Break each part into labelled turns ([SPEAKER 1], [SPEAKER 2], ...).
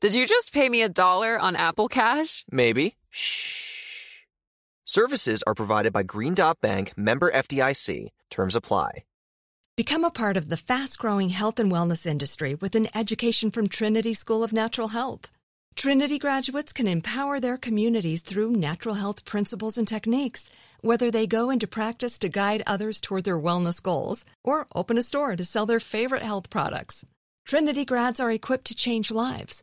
[SPEAKER 1] Did you just pay me a dollar on Apple Cash?
[SPEAKER 2] Maybe. Shh. Services are provided by Green Dot Bank, member FDIC. Terms apply.
[SPEAKER 3] Become a part of the fast growing health and wellness industry with an education from Trinity School of Natural Health. Trinity graduates can empower their communities through natural health principles and techniques, whether they go into practice to guide others toward their wellness goals or open a store to sell their favorite health products. Trinity grads are equipped to change lives.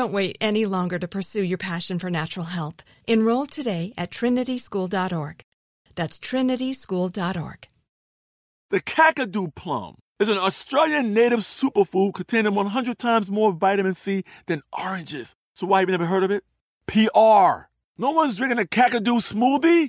[SPEAKER 3] Don't wait any longer to pursue your passion for natural health. Enroll today at trinityschool.org. That's trinityschool.org.
[SPEAKER 4] The Kakadu plum is an Australian native superfood containing 100 times more vitamin C than oranges. So why have you never heard of it? PR. No one's drinking a Kakadu smoothie?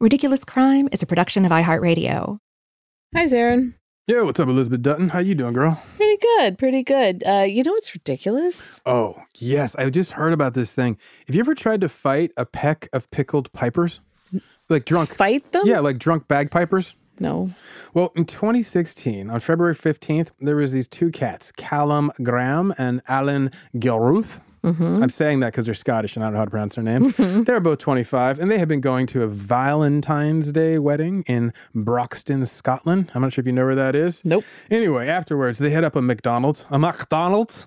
[SPEAKER 5] Ridiculous Crime is a production of iHeartRadio.
[SPEAKER 6] Hi, Zarin.
[SPEAKER 7] Yeah, what's up, Elizabeth Dutton? How you doing, girl?
[SPEAKER 6] Pretty good, pretty good. Uh, you know what's ridiculous?
[SPEAKER 7] Oh, yes. I just heard about this thing. Have you ever tried to fight a peck of pickled pipers? Like drunk.
[SPEAKER 6] Fight them?
[SPEAKER 7] Yeah, like drunk bagpipers.
[SPEAKER 6] No.
[SPEAKER 7] Well, in 2016, on February 15th, there was these two cats, Callum Graham and Alan Gilruth. I'm saying that because they're Scottish and I don't know how to pronounce their names. They're both 25 and they have been going to a Valentine's Day wedding in Broxton, Scotland. I'm not sure if you know where that is.
[SPEAKER 6] Nope.
[SPEAKER 7] Anyway, afterwards, they hit up a McDonald's, a McDonald's.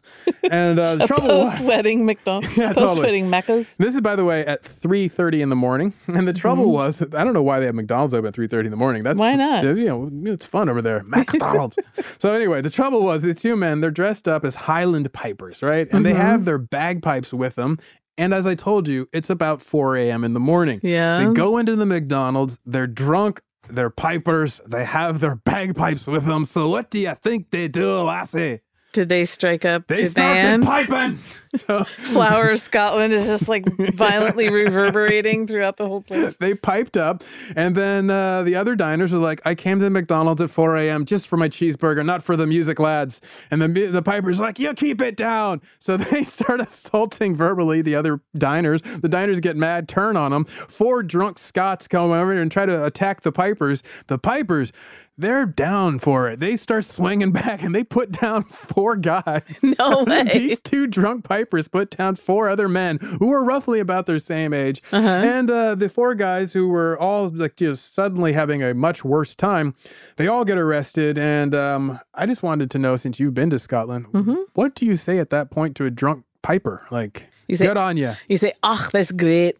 [SPEAKER 7] And uh, the
[SPEAKER 6] A
[SPEAKER 7] trouble was.
[SPEAKER 6] post wedding McDonald's.
[SPEAKER 7] Yeah, totally.
[SPEAKER 6] post wedding Meccas.
[SPEAKER 7] This is, by the way, at 3.30 in the morning. And the trouble was, I don't know why they have McDonald's open at 3.30 in the morning.
[SPEAKER 6] Mm-hmm.
[SPEAKER 7] That's
[SPEAKER 6] Why not?
[SPEAKER 7] there's, You know, it's fun over there. McDonald's. so anyway, the trouble was, the two men, they're dressed up as Highland Pipers, right? And they have
[SPEAKER 6] Mm-hmm.
[SPEAKER 7] their bagpipes with them. And as I told you, it's about 4 a.m. in the morning.
[SPEAKER 6] Yeah.
[SPEAKER 7] They go into the McDonald's. They're drunk. They're pipers. They have their bagpipes with them. So what do you think they do, lassie?
[SPEAKER 6] Did they strike up
[SPEAKER 7] They
[SPEAKER 6] the
[SPEAKER 7] started
[SPEAKER 6] band?
[SPEAKER 7] piping. So
[SPEAKER 6] Flower of Scotland is just like violently reverberating throughout the whole place.
[SPEAKER 7] they piped up, and then uh, the other diners were like, "I came to McDonald's at 4 a.m. just for my cheeseburger, not for the music, lads." And the mu- the piper's like, "You keep it down." So they start assaulting verbally the other diners. The diners get mad, turn on them. Four drunk Scots come over and try to attack the pipers. The pipers. They're down for it. They start swinging back and they put down four guys.
[SPEAKER 6] No way.
[SPEAKER 7] These two drunk pipers put down four other men who were roughly about their same age.
[SPEAKER 6] Uh-huh.
[SPEAKER 7] And uh, the four guys who were all like just suddenly having a much worse time, they all get arrested. And um, I just wanted to know since you've been to Scotland,
[SPEAKER 6] Mm-hmm.
[SPEAKER 7] what do you say at that point to a drunk piper? Like,
[SPEAKER 6] You say-
[SPEAKER 7] good on you.
[SPEAKER 6] You say, "Ah, that's great."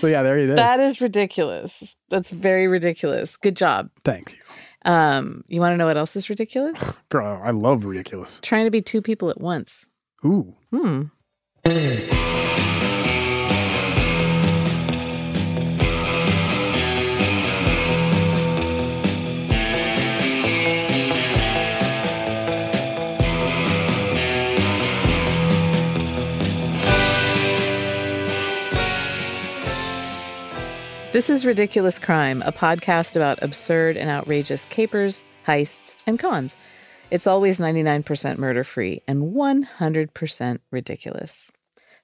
[SPEAKER 7] So, yeah, there it is.
[SPEAKER 6] That is ridiculous. That's very ridiculous. Good job.
[SPEAKER 7] Thanks.
[SPEAKER 6] Um, you want to know what else is ridiculous?
[SPEAKER 7] Girl, I love ridiculous.
[SPEAKER 6] Trying to be two people at once.
[SPEAKER 7] Ooh.
[SPEAKER 6] Hmm. This is Ridiculous Crime, a podcast about absurd and outrageous capers, heists, and cons. It's always 99% murder free and 100% ridiculous.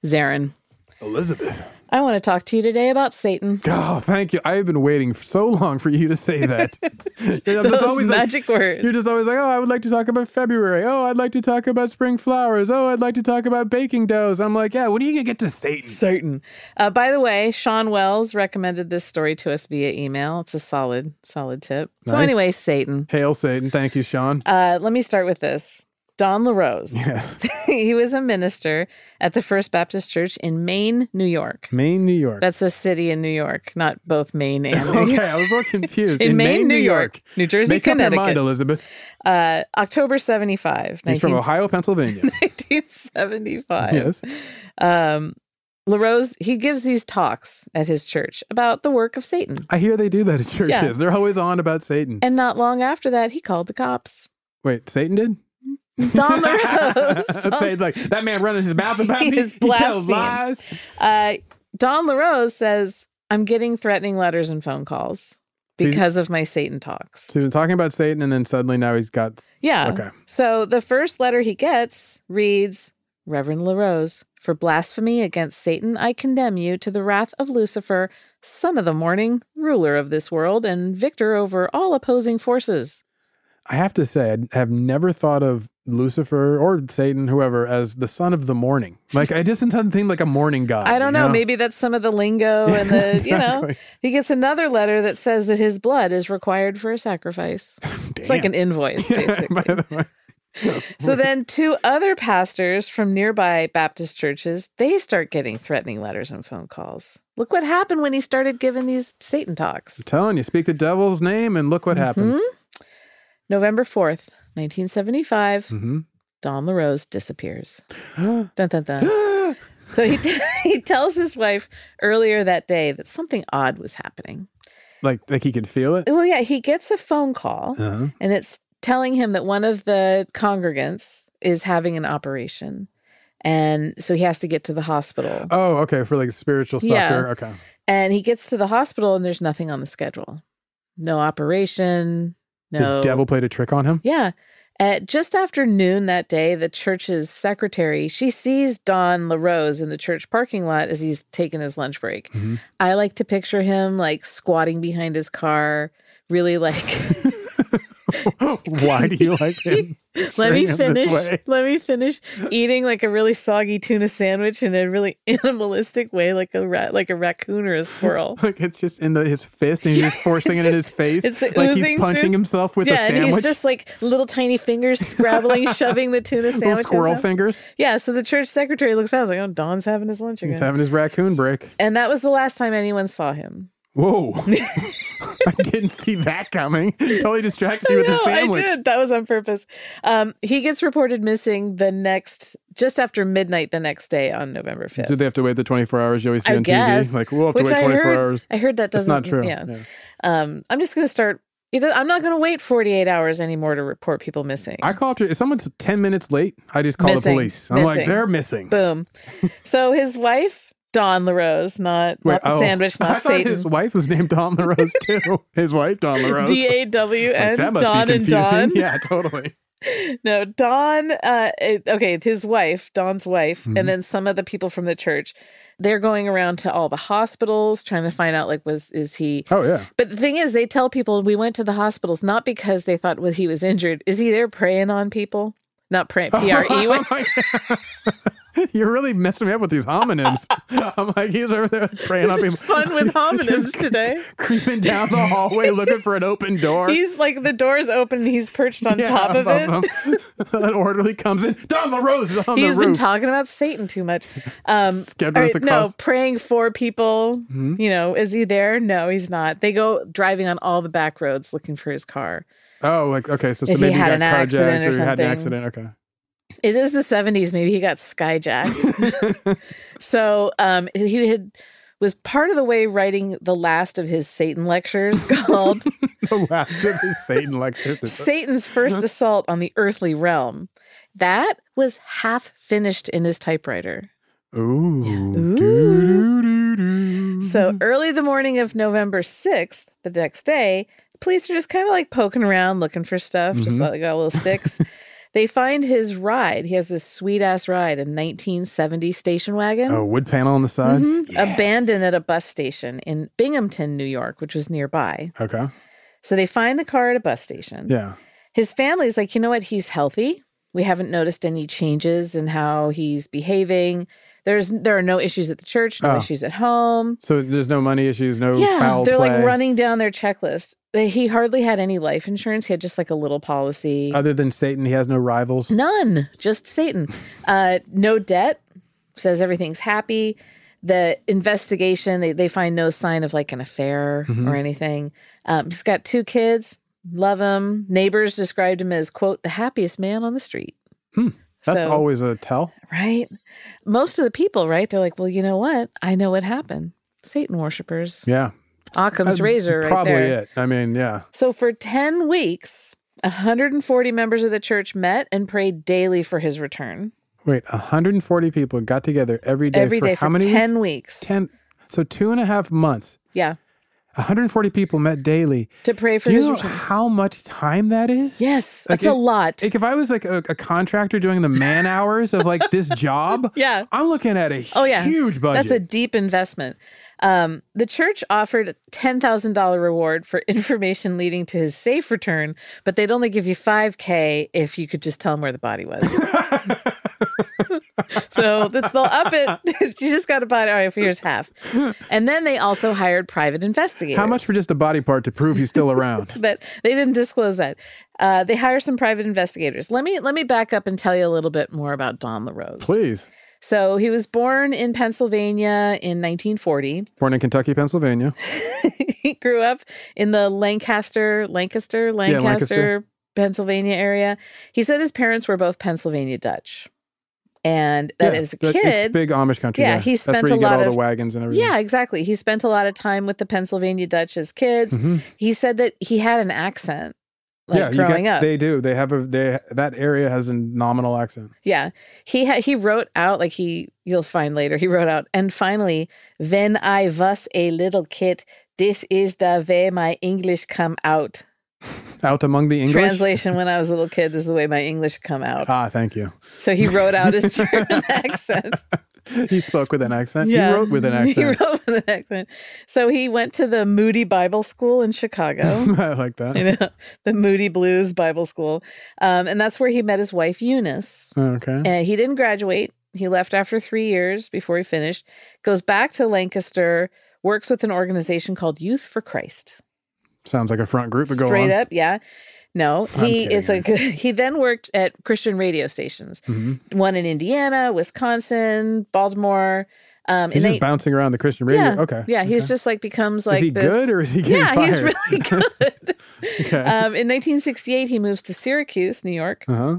[SPEAKER 6] Zarin,
[SPEAKER 4] Elizabeth.
[SPEAKER 6] I want to talk to you today about Satan.
[SPEAKER 7] Oh, thank you. I've been waiting for so long for you to say that. You're just
[SPEAKER 6] Those
[SPEAKER 7] always like-
[SPEAKER 6] magic words.
[SPEAKER 7] You're just always like, oh, I would like to talk about February. Oh, I'd like to talk about spring flowers. Oh, I'd like to talk about baking doughs. I'm like, yeah, when are you going to get to Satan?
[SPEAKER 6] Satan. Uh, by the way, Sean Wells recommended this story to us via email. It's a solid, solid tip. So,
[SPEAKER 7] Nice.
[SPEAKER 6] anyway, Satan.
[SPEAKER 7] Hail Satan. Thank you, Sean.
[SPEAKER 6] Uh, let me start with this. Don LaRose.
[SPEAKER 7] Yeah.
[SPEAKER 6] he was a minister at the First Baptist Church in Maine, New York.
[SPEAKER 7] Maine, New York.
[SPEAKER 6] That's a city in New York, not both Maine and New
[SPEAKER 7] okay,
[SPEAKER 6] York.
[SPEAKER 7] I was a little confused.
[SPEAKER 6] In Maine, New York, New Jersey,
[SPEAKER 7] Make up your mind,
[SPEAKER 6] Connecticut.
[SPEAKER 7] Elizabeth.
[SPEAKER 6] Uh, October 75,
[SPEAKER 7] He's from
[SPEAKER 6] 19
[SPEAKER 7] Ohio, Pennsylvania.
[SPEAKER 6] 1975.
[SPEAKER 7] yes.
[SPEAKER 6] Um, LaRose, he gives these talks at his church about the work of Satan.
[SPEAKER 7] I hear they do that at churches.
[SPEAKER 6] Yeah.
[SPEAKER 7] They're always on about Satan.
[SPEAKER 6] And not long after that, he called the cops.
[SPEAKER 7] Wait, Satan did?
[SPEAKER 6] Don LaRose. Don,
[SPEAKER 7] Satan's like, that man running his mouth about
[SPEAKER 6] He
[SPEAKER 7] me.
[SPEAKER 6] is
[SPEAKER 7] He tells
[SPEAKER 6] blaspheme.
[SPEAKER 7] lies.
[SPEAKER 6] uh, Don LaRose says, I'm getting threatening letters and phone calls
[SPEAKER 7] So he's-
[SPEAKER 6] because of my Satan talks.
[SPEAKER 7] So he was talking about Satan, and then suddenly now he's got.
[SPEAKER 6] Yeah.
[SPEAKER 7] Okay.
[SPEAKER 6] So the first letter he gets reads Reverend LaRose, for blasphemy against Satan, I condemn you to the wrath of Lucifer, son of the morning, ruler of this world, and victor over all opposing forces.
[SPEAKER 7] I have to say, I have never thought of Lucifer or Satan, whoever, as the son of the morning. Like, I just didn't seem like a morning god.
[SPEAKER 6] I don't
[SPEAKER 7] you
[SPEAKER 6] know. Maybe that's some of the lingo and the, you know.
[SPEAKER 7] Exactly.
[SPEAKER 6] He gets another letter that says that his blood is required for a sacrifice. It's like an
[SPEAKER 7] Damn.
[SPEAKER 6] invoice, basically.
[SPEAKER 7] By the way.
[SPEAKER 6] so then two other pastors from nearby Baptist churches, they start getting threatening letters and phone calls. Look what happened when he started giving these Satan talks.
[SPEAKER 7] I'm telling you, speak the devil's name, and look what
[SPEAKER 6] Mm-hmm.
[SPEAKER 7] happens.
[SPEAKER 6] November 4th, 1975,
[SPEAKER 7] Mm-hmm.
[SPEAKER 6] Don LaRose disappears. Dun, dun, dun. So he, he tells his wife earlier that day that something odd was happening.
[SPEAKER 7] like, like he could feel it.
[SPEAKER 6] Well, yeah, he gets a phone call.
[SPEAKER 7] Uh-huh.
[SPEAKER 6] and it's telling him that one of the congregants is having an operation and so he has to get to the hospital
[SPEAKER 7] Oh, okay. For like spiritual sucker.
[SPEAKER 6] Yeah.
[SPEAKER 7] Okay.
[SPEAKER 6] and he gets to the hospital and there's nothing on the schedule no operation no
[SPEAKER 7] The devil played a trick on him.
[SPEAKER 6] yeah at just after noon that day the church's secretary she sees don larose in the church parking lot as he's taking his lunch break
[SPEAKER 7] Mhm.
[SPEAKER 6] i like to picture him like squatting behind his car really like
[SPEAKER 7] Why do you like him?
[SPEAKER 6] Let me
[SPEAKER 7] treating him this
[SPEAKER 6] finish.
[SPEAKER 7] way?
[SPEAKER 6] Let me finish eating like a really soggy tuna sandwich in a really animalistic way, like a rat, like a raccoon or a squirrel.
[SPEAKER 7] Like it's just in the, his fist, and he's just forcing it
[SPEAKER 6] it's
[SPEAKER 7] in his
[SPEAKER 6] just-
[SPEAKER 7] face.
[SPEAKER 6] it's
[SPEAKER 7] like he's
[SPEAKER 6] oozing
[SPEAKER 7] punching
[SPEAKER 6] through-
[SPEAKER 7] himself with a
[SPEAKER 6] yeah, and
[SPEAKER 7] sandwich.
[SPEAKER 6] he's just like little tiny fingers scrabbling, shoving the tuna
[SPEAKER 7] little
[SPEAKER 6] sandwich. in
[SPEAKER 7] squirrel
[SPEAKER 6] his mouth.
[SPEAKER 7] fingers.
[SPEAKER 6] Yeah. So the church secretary looks out, and is like, "Oh, Don's having his lunch
[SPEAKER 7] He's
[SPEAKER 6] again."
[SPEAKER 7] having his raccoon break.
[SPEAKER 6] and that was the last time anyone saw him.
[SPEAKER 7] Whoa. I didn't see that coming. Totally distracted you with the
[SPEAKER 6] No, I
[SPEAKER 7] sandwich.
[SPEAKER 6] did. That was on purpose. Um, he gets reported missing the next, just after midnight the next day on November fifth.
[SPEAKER 7] So they have to wait the 24 hours you always see
[SPEAKER 6] I
[SPEAKER 7] on
[SPEAKER 6] guess,
[SPEAKER 7] TV? Like, we'll have to
[SPEAKER 6] which
[SPEAKER 7] wait
[SPEAKER 6] I
[SPEAKER 7] 24
[SPEAKER 6] heard-
[SPEAKER 7] hours.
[SPEAKER 6] I heard that
[SPEAKER 7] That's
[SPEAKER 6] doesn't.
[SPEAKER 7] not true.
[SPEAKER 6] Yeah. Um, I'm just going to start. It, does- I'm not going to wait 48 hours anymore to report people missing.
[SPEAKER 7] I call up to, if someone's 10 minutes late, I just call the
[SPEAKER 6] Missing.
[SPEAKER 7] police. I'm like,
[SPEAKER 6] Missing.
[SPEAKER 7] they're missing.
[SPEAKER 6] Boom. so his wife, Dawn LaRose, not,
[SPEAKER 7] Wait,
[SPEAKER 6] not the
[SPEAKER 7] oh,
[SPEAKER 6] sandwich,
[SPEAKER 7] I
[SPEAKER 6] not
[SPEAKER 7] thought his
[SPEAKER 6] Satan.
[SPEAKER 7] wife was named Don LaRose, too. his wife, Don LaRose.
[SPEAKER 6] D A W
[SPEAKER 7] Like, that
[SPEAKER 6] N,
[SPEAKER 7] must
[SPEAKER 6] Dawn
[SPEAKER 7] be
[SPEAKER 6] and
[SPEAKER 7] confusing.
[SPEAKER 6] Dawn.
[SPEAKER 7] Yeah, totally.
[SPEAKER 6] No, Dawn, uh, it- okay, his wife, Dawn's wife,
[SPEAKER 7] Mm-hmm.
[SPEAKER 6] and then some of the people from the church, they're going around to all the hospitals trying to find out, like, was, is he,
[SPEAKER 7] Oh, yeah.
[SPEAKER 6] But the thing is, they tell people we went to the hospitals not because they thought was he was injured. Is he there preying on people? Not prey, P R E Y.
[SPEAKER 7] You're really messing me up with these homonyms. I'm like, he's over there praying on people.
[SPEAKER 6] Fun with homonyms
[SPEAKER 7] Just
[SPEAKER 6] today.
[SPEAKER 7] Creeping down the hallway looking for an open door.
[SPEAKER 6] He's like the door's open and he's perched on
[SPEAKER 7] Yeah,
[SPEAKER 6] top of it.
[SPEAKER 7] above him. An orderly comes in. Don LaRose is on
[SPEAKER 6] He's
[SPEAKER 7] the
[SPEAKER 6] been
[SPEAKER 7] roof.
[SPEAKER 6] talking about Satan too much. Um,
[SPEAKER 7] Scared
[SPEAKER 6] all
[SPEAKER 7] us
[SPEAKER 6] right, no,
[SPEAKER 7] across- Hmm?
[SPEAKER 6] praying for people. You know, is he there? No, he's not. They go driving on all the back roads looking for his car.
[SPEAKER 7] oh, like okay, so, so
[SPEAKER 6] If he
[SPEAKER 7] maybe
[SPEAKER 6] had an
[SPEAKER 7] got carjacked
[SPEAKER 6] accident or
[SPEAKER 7] he had an
[SPEAKER 6] something.
[SPEAKER 7] accident. Okay.
[SPEAKER 6] It is the 70s. Maybe he got skyjacked. so um, he had was part of the way writing the last of his Satan lectures called
[SPEAKER 7] The last of his Satan lectures. is-
[SPEAKER 6] Satan's First Assault on the Earthly Realm. That was half finished in his typewriter.
[SPEAKER 7] Ooh. Doo, doo, doo, doo.
[SPEAKER 6] So early the morning of November 6th, the next day, police are just kind of like poking around looking for stuff,
[SPEAKER 7] Mm-hmm.
[SPEAKER 6] just like got little sticks. they find his ride. He has this sweet ass ride, a 1970 station wagon.
[SPEAKER 7] Oh, wood panel on the sides.
[SPEAKER 6] Mhm, Abandoned at a bus station in Binghamton, New York, which was nearby.
[SPEAKER 7] Okay.
[SPEAKER 6] So they find the car at a bus station.
[SPEAKER 7] Yeah.
[SPEAKER 6] His family's like, you know what? He's healthy. We haven't noticed any changes in how he's behaving. There's there are no issues at the church, no
[SPEAKER 7] Oh.
[SPEAKER 6] issues at home.
[SPEAKER 7] So there's no money issues, no foul
[SPEAKER 6] they're
[SPEAKER 7] play,
[SPEAKER 6] like running down their checklist. They- He hardly had any life insurance. He had just like a little policy.
[SPEAKER 7] Other than Satan, he has no rivals.
[SPEAKER 6] None, just Satan. Uh, no debt. Says everything's happy. The investigation they they find no sign of like an affair
[SPEAKER 7] Mm-hmm.
[SPEAKER 6] or anything. Um, he's got two kids. Love him. Neighbors described him as quote the happiest man on the street.
[SPEAKER 7] That's
[SPEAKER 6] So-
[SPEAKER 7] always a tell.
[SPEAKER 6] Right. Most of the people, right? They're like, well, you know what? I know what happened. Satan worshippers.
[SPEAKER 7] Yeah.
[SPEAKER 6] Occam's
[SPEAKER 7] That's
[SPEAKER 6] razor, right
[SPEAKER 7] Probably
[SPEAKER 6] there.
[SPEAKER 7] it. I mean, yeah.
[SPEAKER 6] So for 10 weeks, 140 members of the church met and prayed daily for his return.
[SPEAKER 7] Wait, 140 people got together every day
[SPEAKER 6] Every
[SPEAKER 7] for
[SPEAKER 6] day
[SPEAKER 7] how many?
[SPEAKER 6] 10 weeks.
[SPEAKER 7] weeks? 10. So two and a half months.
[SPEAKER 6] Yeah.
[SPEAKER 7] 140 people met daily.
[SPEAKER 6] To pray for
[SPEAKER 7] Do you
[SPEAKER 6] his
[SPEAKER 7] know
[SPEAKER 6] return.
[SPEAKER 7] how much time that is?
[SPEAKER 6] Yes.
[SPEAKER 7] Like
[SPEAKER 6] That's a
[SPEAKER 7] it-
[SPEAKER 6] lot.
[SPEAKER 7] Like if I was like a, a contractor doing the man hours of like this job,
[SPEAKER 6] Yeah.
[SPEAKER 7] I'm looking at a
[SPEAKER 6] Oh, yeah.
[SPEAKER 7] huge budget.
[SPEAKER 6] That's a deep investment. Um, the church offered a $10,000 reward for information leading to his safe return, but they'd only give you 5K if you could just tell them where the body was. so that's, they'll up it. you just got to buy it. All right, here's half. And then they also hired private investigators.
[SPEAKER 7] how much for just a body part to prove he's still around?
[SPEAKER 6] but they didn't disclose that. Uh, they hire some private investigators. Let me let me back up and tell you a little bit more about Don LaRose.
[SPEAKER 7] Please.
[SPEAKER 6] So he was born in Pennsylvania in 1940.
[SPEAKER 7] Born in Kentucky, Pennsylvania.
[SPEAKER 6] he grew up in the Lancaster, Lancaster, Lancaster,
[SPEAKER 7] Lancaster.
[SPEAKER 6] Pennsylvania area. He said his parents were both Pennsylvania Dutch. And that
[SPEAKER 7] Yeah,
[SPEAKER 6] as a
[SPEAKER 7] that-
[SPEAKER 6] kid,
[SPEAKER 7] It's big Amish country.
[SPEAKER 6] Yeah,
[SPEAKER 7] Yeah,
[SPEAKER 6] he
[SPEAKER 7] That's
[SPEAKER 6] spent
[SPEAKER 7] where
[SPEAKER 6] a
[SPEAKER 7] you get
[SPEAKER 6] lot
[SPEAKER 7] all
[SPEAKER 6] of-
[SPEAKER 7] the wagons and everything.
[SPEAKER 6] yeah, exactly. He spent a lot of time with the Pennsylvania Dutch as kids.
[SPEAKER 7] Mhm.
[SPEAKER 6] He said that he had an accent like
[SPEAKER 7] yeah, you get-
[SPEAKER 6] growing up.
[SPEAKER 7] They do. They have a they that area has a nominal accent.
[SPEAKER 6] Yeah. He ha- he wrote out like he you'll find later. He wrote out and finally, when I was a little kid, this is the way my English come out.
[SPEAKER 7] Out among the English.
[SPEAKER 6] Translation when I was a little kid, this is the way my English come out.
[SPEAKER 7] Ah, thank you.
[SPEAKER 6] so he wrote out his German accent.
[SPEAKER 7] He spoke with an accent. Uh, He wrote with an
[SPEAKER 6] He
[SPEAKER 7] accent.
[SPEAKER 6] wrote with an accent. So he went to the Moody Bible School in Chicago.
[SPEAKER 7] I like that.
[SPEAKER 6] you know, the Moody Blues Bible School. Um, and that's where he met his wife Eunice.
[SPEAKER 7] Okay.
[SPEAKER 6] And Uh, he didn't graduate. He left after three years before he finished, goes back to Lancaster, works with an organization called Youth for Christ.
[SPEAKER 7] Sounds like a front group to go
[SPEAKER 6] Straight
[SPEAKER 7] on.
[SPEAKER 6] up, yeah. No,
[SPEAKER 7] I'm
[SPEAKER 6] he it's like
[SPEAKER 7] kidding.
[SPEAKER 6] he then worked at Christian radio stations,
[SPEAKER 7] Mhm.
[SPEAKER 6] one in Indiana, Wisconsin, Baltimore. Um, and
[SPEAKER 7] He's just
[SPEAKER 6] they-
[SPEAKER 7] bouncing around the Christian radio.
[SPEAKER 6] yeah,
[SPEAKER 7] okay.
[SPEAKER 6] yeah, he's
[SPEAKER 7] okay.
[SPEAKER 6] just like becomes like
[SPEAKER 7] is he
[SPEAKER 6] this.
[SPEAKER 7] good or is he getting
[SPEAKER 6] yeah, he's
[SPEAKER 7] fired?
[SPEAKER 6] really good.
[SPEAKER 7] okay.
[SPEAKER 6] um, in 1968, he moves to Syracuse, New York,
[SPEAKER 7] Uh huh.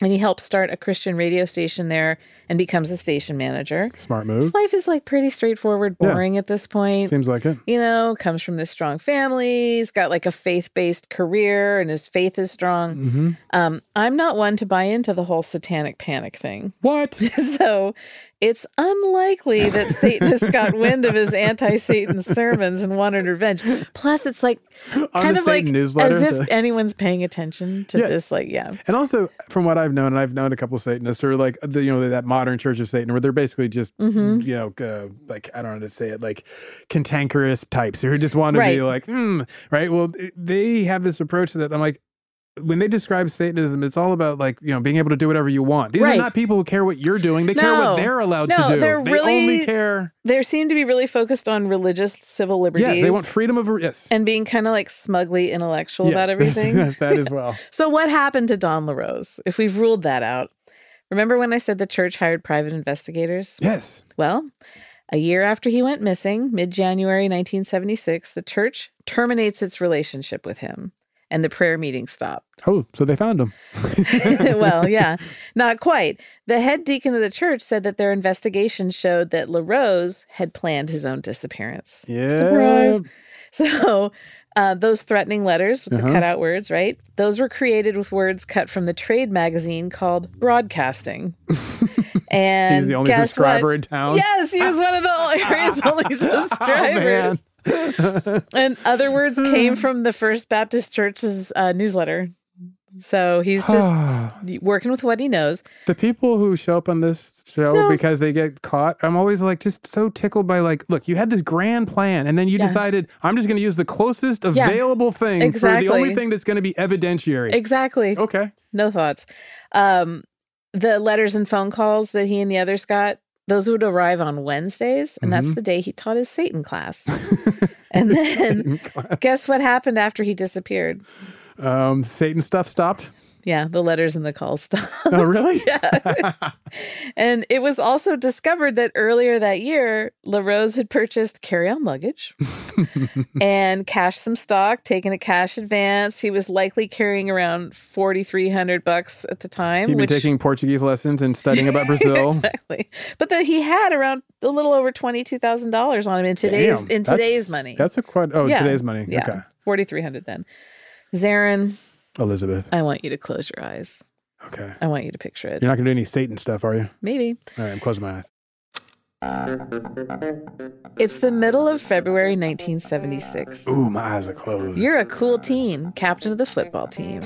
[SPEAKER 6] and he helps start a Christian radio station there and becomes a station manager.
[SPEAKER 7] Smart
[SPEAKER 6] His
[SPEAKER 7] move.
[SPEAKER 6] life is like pretty straightforward,
[SPEAKER 7] Yeah.
[SPEAKER 6] boring at this point.
[SPEAKER 7] Seems like it.
[SPEAKER 6] you know, comes from this strong family. He's got like a faith based career and his faith is strong.
[SPEAKER 7] hmm
[SPEAKER 6] Um, I'm not one to buy into the whole satanic panic thing.
[SPEAKER 7] What?
[SPEAKER 6] So it's unlikely that Satanist got wind of his anti Satan sermons and wanted revenge. Plus, it's like
[SPEAKER 7] on
[SPEAKER 6] kind
[SPEAKER 7] the
[SPEAKER 6] of like
[SPEAKER 7] Satan newsletter.
[SPEAKER 6] as
[SPEAKER 7] the-
[SPEAKER 6] if anyone's paying attention to
[SPEAKER 7] Yes.
[SPEAKER 6] this. Like, yeah.
[SPEAKER 7] And also, from what I've known, and I've known a couple of Satanists, or like the, you know that modern Church of Satan, where they're basically just
[SPEAKER 6] Mhm.
[SPEAKER 7] you know uh, like I don't know how to say it, like cantankerous types who just want to
[SPEAKER 6] Right.
[SPEAKER 7] be like, mm, right? Well, th- they have this approach that I'm like. When they describe Satanism, it's all about like you know being able to do whatever you want. These
[SPEAKER 6] Right.
[SPEAKER 7] are not people who care what you're doing; they care
[SPEAKER 6] No.
[SPEAKER 7] what they're allowed
[SPEAKER 6] No,
[SPEAKER 7] to do.
[SPEAKER 6] they're
[SPEAKER 7] they
[SPEAKER 6] really-
[SPEAKER 7] only care.
[SPEAKER 6] They seem to be really focused on religious civil liberties.
[SPEAKER 7] Yes, they want freedom of yes.
[SPEAKER 6] and being kind of like smugly intellectual
[SPEAKER 7] yes,
[SPEAKER 6] about
[SPEAKER 7] there's-
[SPEAKER 6] everything.
[SPEAKER 7] Yes, that as well.
[SPEAKER 6] So, what happened to Don LaRose if we've ruled that out? Remember when I said the church hired private investigators?
[SPEAKER 7] Yes.
[SPEAKER 6] Well, a year after he went missing, mid January 1976, the church terminates its relationship with him and the prayer meeting stopped.
[SPEAKER 7] Oh, so they found him.
[SPEAKER 6] well, yeah, not quite. The head deacon of the church said that their investigation showed that LaRose had planned his own disappearance.
[SPEAKER 7] Yeah.
[SPEAKER 6] Surprise. So, uh, those threatening letters with the
[SPEAKER 7] Uh-huh.
[SPEAKER 6] cutout words, right? Those were created with words cut from the trade magazine called Broadcasting. And
[SPEAKER 7] He's the only
[SPEAKER 6] guess what?
[SPEAKER 7] subscriber in town. Oh,
[SPEAKER 6] Yes, he was one of the area's only subscribers. and other words came from the First Baptist Church's uh, newsletter. So he's just working with what he knows.
[SPEAKER 7] the people who show up on this show
[SPEAKER 6] No.
[SPEAKER 7] because they get caught. I'm always like just so tickled by like, look, you had this grand plan, and then you
[SPEAKER 6] Yeah.
[SPEAKER 7] decided I'm just going to use the closest
[SPEAKER 6] Yeah.
[SPEAKER 7] available thing for the only
[SPEAKER 6] Exactly.
[SPEAKER 7] thing that's going to be evidentiary.
[SPEAKER 6] Exactly.
[SPEAKER 7] Okay.
[SPEAKER 6] No thoughts. Um, the letters and phone calls that he and the others got, those would arrive on Wednesdays. And that's
[SPEAKER 7] Mhm.
[SPEAKER 6] the day he taught his Satan class. and then guess what happened after he disappeared?
[SPEAKER 7] um, Satan stuff stopped.
[SPEAKER 6] Yeah, the letters and the calls stopped.
[SPEAKER 7] Oh, really?
[SPEAKER 6] Yeah. and it was also discovered that earlier that year, LaRose had purchased carry on luggage and cashed some stock, taken a cash advance. He was likely carrying around 4,300 bucks at the time.
[SPEAKER 7] He'd been
[SPEAKER 6] which,
[SPEAKER 7] taking Portuguese lessons and studying about Brazil.
[SPEAKER 6] exactly. But that he had around a little over $22,000 on him in today's,
[SPEAKER 7] Damn,
[SPEAKER 6] in
[SPEAKER 7] that's-
[SPEAKER 6] today's money.
[SPEAKER 7] That's a quite. Oh,
[SPEAKER 6] Yeah.
[SPEAKER 7] today's money.
[SPEAKER 6] Yeah.
[SPEAKER 7] Okay,
[SPEAKER 6] 4,300 then. Zarin,
[SPEAKER 7] Elizabeth.
[SPEAKER 6] I want you to close your eyes.
[SPEAKER 7] Okay,
[SPEAKER 6] I want you to picture it.
[SPEAKER 7] you're not gonna do any Satan stuff, are you?
[SPEAKER 6] Maybe.
[SPEAKER 7] All right, I'm closing my eyes.
[SPEAKER 6] It's the middle of February 1976.
[SPEAKER 7] Ooh, my eyes are closed.
[SPEAKER 6] You're a cool teen, captain of the football team.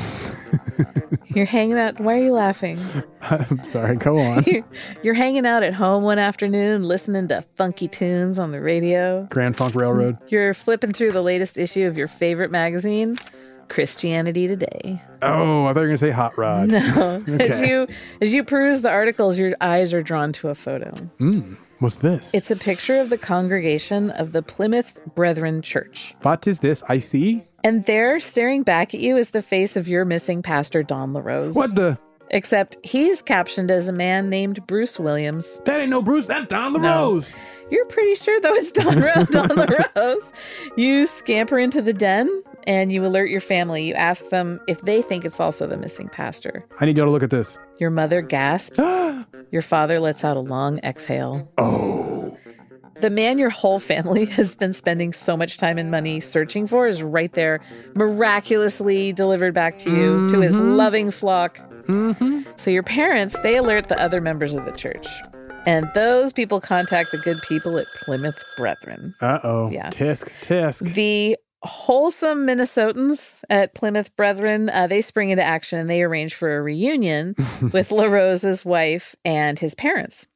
[SPEAKER 6] You're hanging out. Why are you laughing?
[SPEAKER 7] I'm sorry. Go on.
[SPEAKER 6] You're hanging out at home one afternoon, listening to funky tunes on the radio.
[SPEAKER 7] Grand Funk Railroad.
[SPEAKER 6] You're flipping through the latest issue of your favorite magazine, Christianity Today.
[SPEAKER 7] Oh, I thought you were gonna say Hot Rod.
[SPEAKER 6] No. As
[SPEAKER 7] Okay.
[SPEAKER 6] you as you peruse the articles, your eyes are drawn to a photo.
[SPEAKER 7] Mm, what's this?
[SPEAKER 6] It's a picture of the congregation of the Plymouth Brethren Church.
[SPEAKER 7] what is this? I see.
[SPEAKER 6] And there, staring back at you, is the face of your missing pastor, Don LaRose.
[SPEAKER 7] What the?
[SPEAKER 6] Except he's captioned as a man named Bruce Williams.
[SPEAKER 7] That ain't no Bruce. That's Don LaRose.
[SPEAKER 6] You're pretty sure, though, it's Don, Ro- Don LaRose. You scamper into the den and you alert your family. You ask them if they think it's also the missing pastor.
[SPEAKER 7] I need y'all to look at this.
[SPEAKER 6] Your mother gasps. your father lets out a long exhale.
[SPEAKER 7] Oh.
[SPEAKER 6] The man your whole family has been spending so much time and money searching for is right there, miraculously delivered back to you, to his loving flock. So your parents, they alert the other members of the church. And those people contact the good people at Plymouth Brethren.
[SPEAKER 7] Uh oh.
[SPEAKER 6] Yeah.
[SPEAKER 7] Tisk. Tisk.
[SPEAKER 6] The wholesome Minnesotans at Plymouth Brethren, uh, they spring into action and they arrange for a reunion with LaRose's wife and his parents.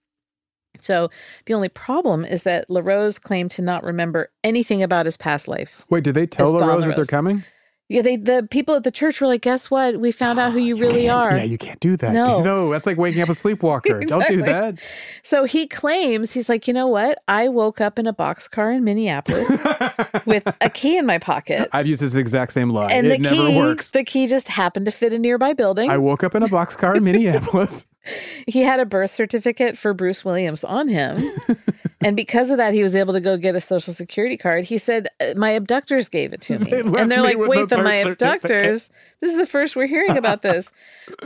[SPEAKER 6] So the only problem is that LaRose claimed to not remember anything about his past life.
[SPEAKER 7] Wait, did they tell
[SPEAKER 6] It's Don
[SPEAKER 7] LaRose that they're
[SPEAKER 6] LaRose.
[SPEAKER 7] coming?
[SPEAKER 6] Yeah, they, the people at the church were like, guess what? We found out who you really
[SPEAKER 7] Can't-
[SPEAKER 6] are.
[SPEAKER 7] Ah, Yeah, you can't do that.
[SPEAKER 6] No.
[SPEAKER 7] No, no that's like waking up a sleepwalker. Don't do
[SPEAKER 6] Exactly.
[SPEAKER 7] that.
[SPEAKER 6] So he claims, he's like, you know what? I woke up in a boxcar in Minneapolis with a key in my pocket.
[SPEAKER 7] I've used this exact same lie.
[SPEAKER 6] And
[SPEAKER 7] Ah, it
[SPEAKER 6] the
[SPEAKER 7] never
[SPEAKER 6] key,
[SPEAKER 7] works.
[SPEAKER 6] the key just happened to fit a nearby building.
[SPEAKER 7] I woke up in a boxcar in Minneapolis.
[SPEAKER 6] he had a birth certificate for Bruce Williams on him. and because of that, he was able to go get a social security card. He said, "Uh, My abductors gave it to me.
[SPEAKER 7] They left
[SPEAKER 6] and they're
[SPEAKER 7] me
[SPEAKER 6] like,
[SPEAKER 7] with a
[SPEAKER 6] Wait, the,
[SPEAKER 7] birth
[SPEAKER 6] my
[SPEAKER 7] certificate."
[SPEAKER 6] abductors? This is the first we're hearing about this.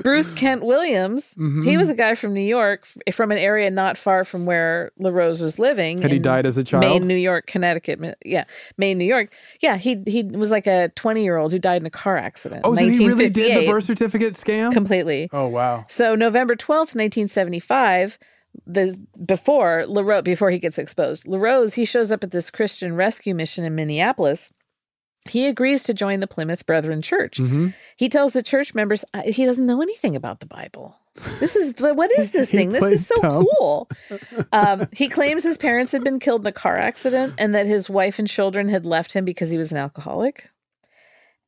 [SPEAKER 6] Bruce Kent Williams,
[SPEAKER 7] Mm-hmm.
[SPEAKER 6] he was a guy from New York, f- from an area not far from where LaRose was living.
[SPEAKER 7] Had he
[SPEAKER 6] in
[SPEAKER 7] died as a child?
[SPEAKER 6] Maine, New York, Connecticut. Mi- Yeah, Maine, New York. Yeah, he he was like a 20 year old who died in a car accident.
[SPEAKER 7] oh, so he really did
[SPEAKER 6] 1958.
[SPEAKER 7] the birth certificate scam?
[SPEAKER 6] Completely.
[SPEAKER 7] oh, wow.
[SPEAKER 6] So November twelfth, nineteen seventy five, the before LaRose before he gets exposed, LaRose, he shows up at this Christian rescue mission in Minneapolis. He agrees to join the Plymouth Brethren Church.
[SPEAKER 7] Mhm.
[SPEAKER 6] He tells the church members "I- he doesn't know anything about the Bible. This is what is this
[SPEAKER 7] He
[SPEAKER 6] thing? This
[SPEAKER 7] plays
[SPEAKER 6] is so
[SPEAKER 7] dumb.
[SPEAKER 6] cool. Um, he claims his parents had been killed in a car accident and that his wife and children had left him because he was an alcoholic.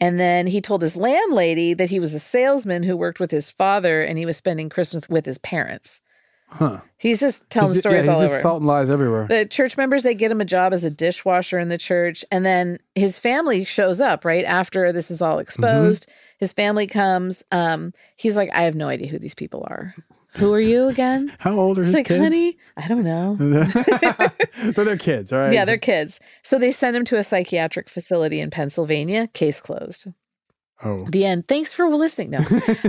[SPEAKER 6] And then he told his landlady that he was a salesman who worked with his father and he was spending Christmas with his parents.
[SPEAKER 7] Huh.
[SPEAKER 6] He's just telling
[SPEAKER 7] He's ju-
[SPEAKER 6] stories
[SPEAKER 7] yeah, he's
[SPEAKER 6] all
[SPEAKER 7] just
[SPEAKER 6] over.
[SPEAKER 7] salting lies everywhere.
[SPEAKER 6] The church members they get him a job as a dishwasher in the church, and then his family shows up right after this is all
[SPEAKER 7] Mm-hmm.
[SPEAKER 6] exposed. His family comes. Um, he's like, I have no idea who these people are. Who are you again?
[SPEAKER 7] How old are
[SPEAKER 6] He's
[SPEAKER 7] his
[SPEAKER 6] like,
[SPEAKER 7] kids?
[SPEAKER 6] honey, I don't know.
[SPEAKER 7] so they're kids, all right?
[SPEAKER 6] Yeah, they're kids. So they send him to a psychiatric facility in Pennsylvania. Case closed.
[SPEAKER 7] Oh.
[SPEAKER 6] The end. Thanks for listening. No.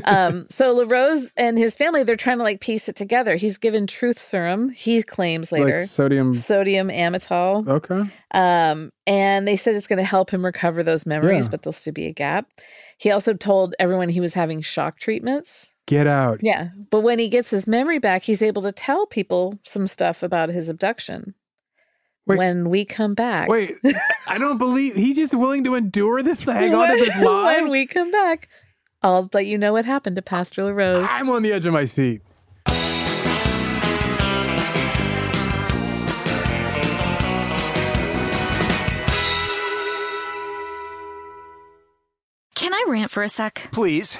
[SPEAKER 6] um, so LaRose and his family, they're trying to like piece it together. He's given truth serum, he claims later.
[SPEAKER 7] Like Oh. sodium.
[SPEAKER 6] Sodium amytal.
[SPEAKER 7] Okay.
[SPEAKER 6] Um, and they said it's going to help him recover those memories,
[SPEAKER 7] Yeah.
[SPEAKER 6] but there'll still be a gap. He also told everyone he was having shock treatments.
[SPEAKER 7] Get out.
[SPEAKER 6] Yeah. But when he gets his memory back, he's able to tell people some stuff about his abduction.
[SPEAKER 7] Wait.
[SPEAKER 6] when we come back.
[SPEAKER 7] Wait, I don't believe he's just willing to endure this to hang on to this
[SPEAKER 6] when,
[SPEAKER 7] lie.
[SPEAKER 6] when we come back, I'll let you know what happened to Pastor LaRose.
[SPEAKER 7] I'm on the edge of my seat.
[SPEAKER 8] Can I rant for a sec?
[SPEAKER 9] Please.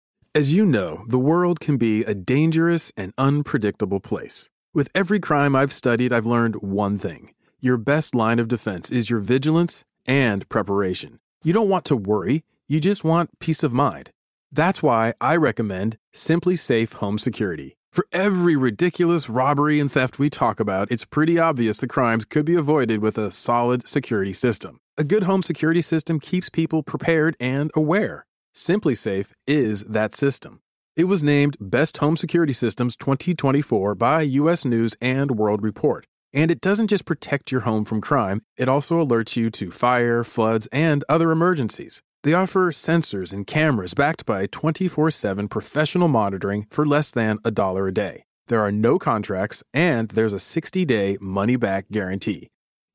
[SPEAKER 7] As you know, the world can be a dangerous and unpredictable place. With every crime I've studied, I've learned one thing your best line of defense is your vigilance and preparation. You don't want to worry, you just want peace of mind. That's why I recommend Simply Safe Home Security. For every ridiculous robbery and theft we talk about, it's pretty obvious the crimes could be avoided with a solid security system. A good home security system keeps people prepared and aware. Simply Safe is that system. It was named Best Home Security Systems 2024 by US News and World Report. And it doesn't just protect your home from crime, it also alerts you to fire, floods, and other emergencies. They offer sensors and cameras backed by 24 7 professional monitoring for less than a dollar a day. There are no contracts, and there's a 60 day money back guarantee.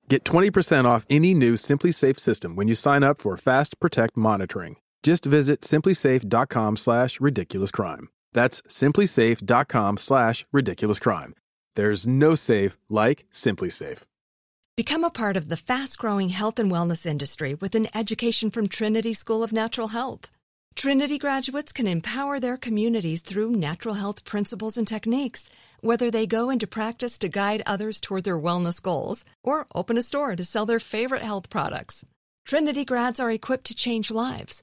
[SPEAKER 7] Get 20% off any new Simply Safe system when you sign up for Fast Protect monitoring. Just visit simplysafe.com slash ridiculous crime. That's simplysafe.com slash ridiculous crime. There's no safe like Simply Safe.
[SPEAKER 3] Become a part of the fast growing health and wellness industry with an education from Trinity School of Natural Health. Trinity graduates can empower their communities through natural health principles and techniques, whether they go into practice to guide others toward their wellness goals or open a store to sell their favorite health products. Trinity grads are equipped to change lives.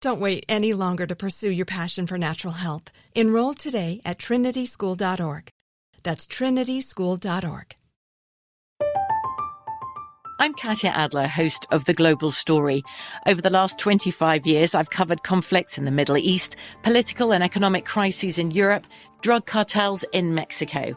[SPEAKER 3] Don't wait any longer to pursue your passion for natural health. Enroll today at trinityschool.org. That's trinityschool.org.
[SPEAKER 10] I'm Katya Adler, host of The Global Story. Over the last 25 years, I've covered conflicts in the Middle East, political and economic crises in Europe, drug cartels in Mexico.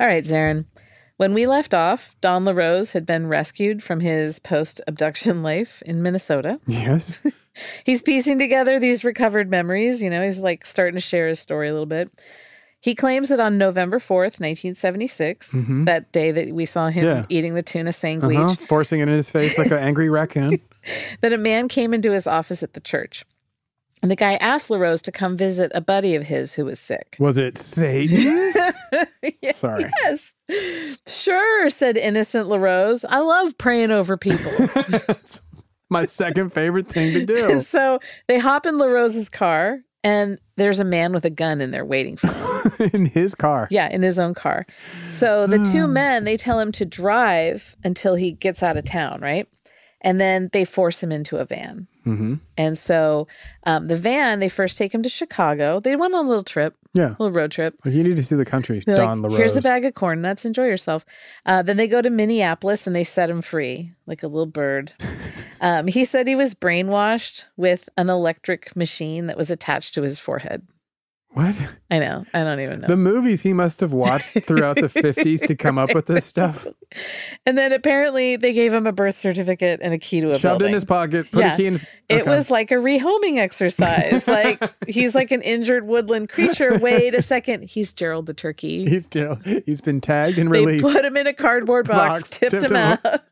[SPEAKER 6] All right, Zarin. When we left off, Don LaRose had been rescued from his post abduction life in Minnesota.
[SPEAKER 7] Yes.
[SPEAKER 6] He's piecing together these recovered memories. You know, he's like starting to share his story a little bit. He claims that on November 4th, 1976,
[SPEAKER 7] Mhm.
[SPEAKER 6] that day that we saw him
[SPEAKER 7] Yeah.
[SPEAKER 6] eating the tuna sandwich,
[SPEAKER 7] Uh-huh. Forcing it in his face like an angry raccoon.
[SPEAKER 6] that a man came into his office at the church. And the guy asked LaRose to come visit a buddy of his who was sick.
[SPEAKER 7] Was it Satan?
[SPEAKER 6] Yeah,
[SPEAKER 7] Sorry.
[SPEAKER 6] Yes. Sure, said innocent LaRose. I love praying over people.
[SPEAKER 7] It's My second favorite thing to do.
[SPEAKER 6] so they hop in LaRose's car, and there's a man with a gun in there waiting for him.
[SPEAKER 7] in his car.
[SPEAKER 6] Yeah, in his own car. So the two men, they tell him to drive until he gets out of town, right? And then they force him into a van.
[SPEAKER 7] Mm-hmm.
[SPEAKER 6] And so um, the van, they first take him to Chicago. They went on a little trip,
[SPEAKER 7] Yeah.
[SPEAKER 6] a little road trip.
[SPEAKER 7] Like you need to see the country,
[SPEAKER 6] They're
[SPEAKER 7] Don
[SPEAKER 6] like,
[SPEAKER 7] LaRose.
[SPEAKER 6] Here's a bag of corn nuts. Enjoy yourself. Uh, then they go to Minneapolis and they set him free like a little bird. um, he said he was brainwashed with an electric machine that was attached to his forehead.
[SPEAKER 7] What?
[SPEAKER 6] I know. I don't even know.
[SPEAKER 7] The movies he must have watched throughout the 50s to come up with this stuff.
[SPEAKER 6] And then apparently they gave him a birth certificate and a key to a
[SPEAKER 7] Shoved in
[SPEAKER 6] building.
[SPEAKER 7] his pocket, put
[SPEAKER 6] Yeah.
[SPEAKER 7] a key in.
[SPEAKER 6] It
[SPEAKER 7] okay.
[SPEAKER 6] was like a rehoming exercise. like he's like an injured woodland creature. Wait a second, he's Gerald the turkey.
[SPEAKER 7] He's, still- he's been tagged and
[SPEAKER 6] They
[SPEAKER 7] released.
[SPEAKER 6] put him in a cardboard box,
[SPEAKER 7] Box,
[SPEAKER 6] tipped,
[SPEAKER 7] tipped
[SPEAKER 6] him,
[SPEAKER 7] him
[SPEAKER 6] out.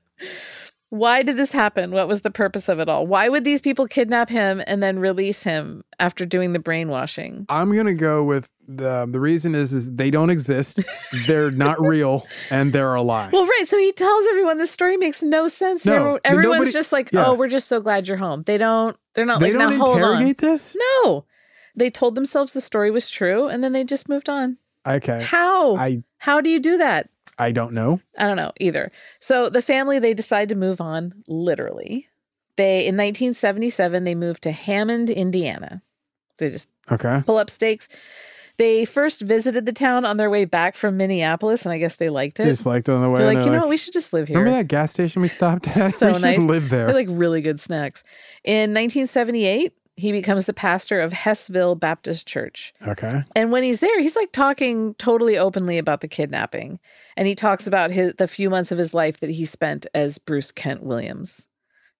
[SPEAKER 6] Why did this happen? What was the purpose of it all? Why would these people kidnap him and then release him after doing the brainwashing?
[SPEAKER 7] I'm gonna go with the the reason is is they don't exist, they're not real, and they're a lie.
[SPEAKER 6] Well, right. So he tells everyone this story makes no sense. and
[SPEAKER 7] No,
[SPEAKER 6] everyone-
[SPEAKER 7] n-
[SPEAKER 6] everyone's
[SPEAKER 7] nobody-
[SPEAKER 6] just like,
[SPEAKER 7] yeah.
[SPEAKER 6] "Oh, we're just so glad you're home." They don't. They're not
[SPEAKER 7] they
[SPEAKER 6] like,
[SPEAKER 7] don't
[SPEAKER 6] "Now hold on."
[SPEAKER 7] interrogate this.
[SPEAKER 6] No. They told themselves the story was true and then they just moved on.
[SPEAKER 7] Okay,
[SPEAKER 6] How?
[SPEAKER 7] I
[SPEAKER 6] How do you do that?
[SPEAKER 7] I don't know.
[SPEAKER 6] I don't know either. So the family they decide to move on literally. They in 1977 they moved to Hammond, Indiana. They just
[SPEAKER 7] Okay,
[SPEAKER 6] pull up stakes. They first visited the town on their way back from Minneapolis and I guess they liked it.
[SPEAKER 7] just liked it on the way.
[SPEAKER 6] They're
[SPEAKER 7] and
[SPEAKER 6] like, "You know
[SPEAKER 7] they're
[SPEAKER 6] what? We should just live here."
[SPEAKER 7] remember that gas station we stopped at?
[SPEAKER 6] So
[SPEAKER 7] we should
[SPEAKER 6] nice.
[SPEAKER 7] live
[SPEAKER 6] They
[SPEAKER 7] there.
[SPEAKER 6] like really good snacks. In 1978, he becomes the pastor of Hessville Baptist Church.
[SPEAKER 7] okay,
[SPEAKER 6] And when he's there, he's like talking totally openly about the kidnapping. And he talks about his the few months of his life that he spent as Bruce Kent Williams.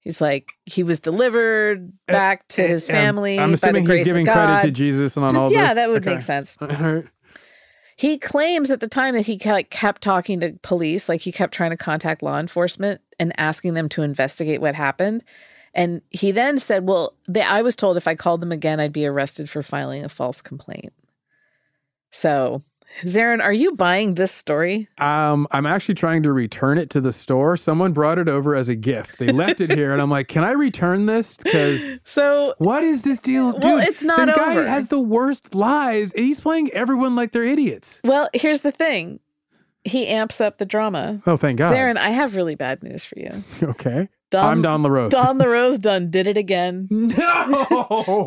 [SPEAKER 6] He's like he was delivered back to his
[SPEAKER 7] Um,
[SPEAKER 6] family.
[SPEAKER 7] I'm
[SPEAKER 6] by the
[SPEAKER 7] assuming
[SPEAKER 6] grace
[SPEAKER 7] he's giving
[SPEAKER 6] of God.
[SPEAKER 7] credit to Jesus and on all
[SPEAKER 6] yeah,
[SPEAKER 7] this.
[SPEAKER 6] that would
[SPEAKER 7] Okay.
[SPEAKER 6] make sense.
[SPEAKER 7] All right.
[SPEAKER 6] He claims at the time that he like kept talking to police, like he kept trying to contact law enforcement and asking them to investigate what happened. And he then said, "Well, they, I was told if I called them again, I'd be arrested for filing a false complaint." So, Zarin, are you buying this story?
[SPEAKER 7] Um, I'm actually trying to return it to the store. Someone brought it over as a gift. They left it here, and I'm like, "Can I return this?" Because
[SPEAKER 6] So,
[SPEAKER 7] What is this deal? Dude,
[SPEAKER 6] Well, it's not
[SPEAKER 7] the guy
[SPEAKER 6] over.
[SPEAKER 7] has the worst lies, and he's playing everyone like they're idiots.
[SPEAKER 6] well, here's the thing: he amps up the drama.
[SPEAKER 7] Oh, thank God.
[SPEAKER 6] Zarin, I have really bad news for you.
[SPEAKER 7] okay.
[SPEAKER 6] Don-
[SPEAKER 7] I'm Don LaRose.
[SPEAKER 6] Don LaRose done did it again.
[SPEAKER 7] no!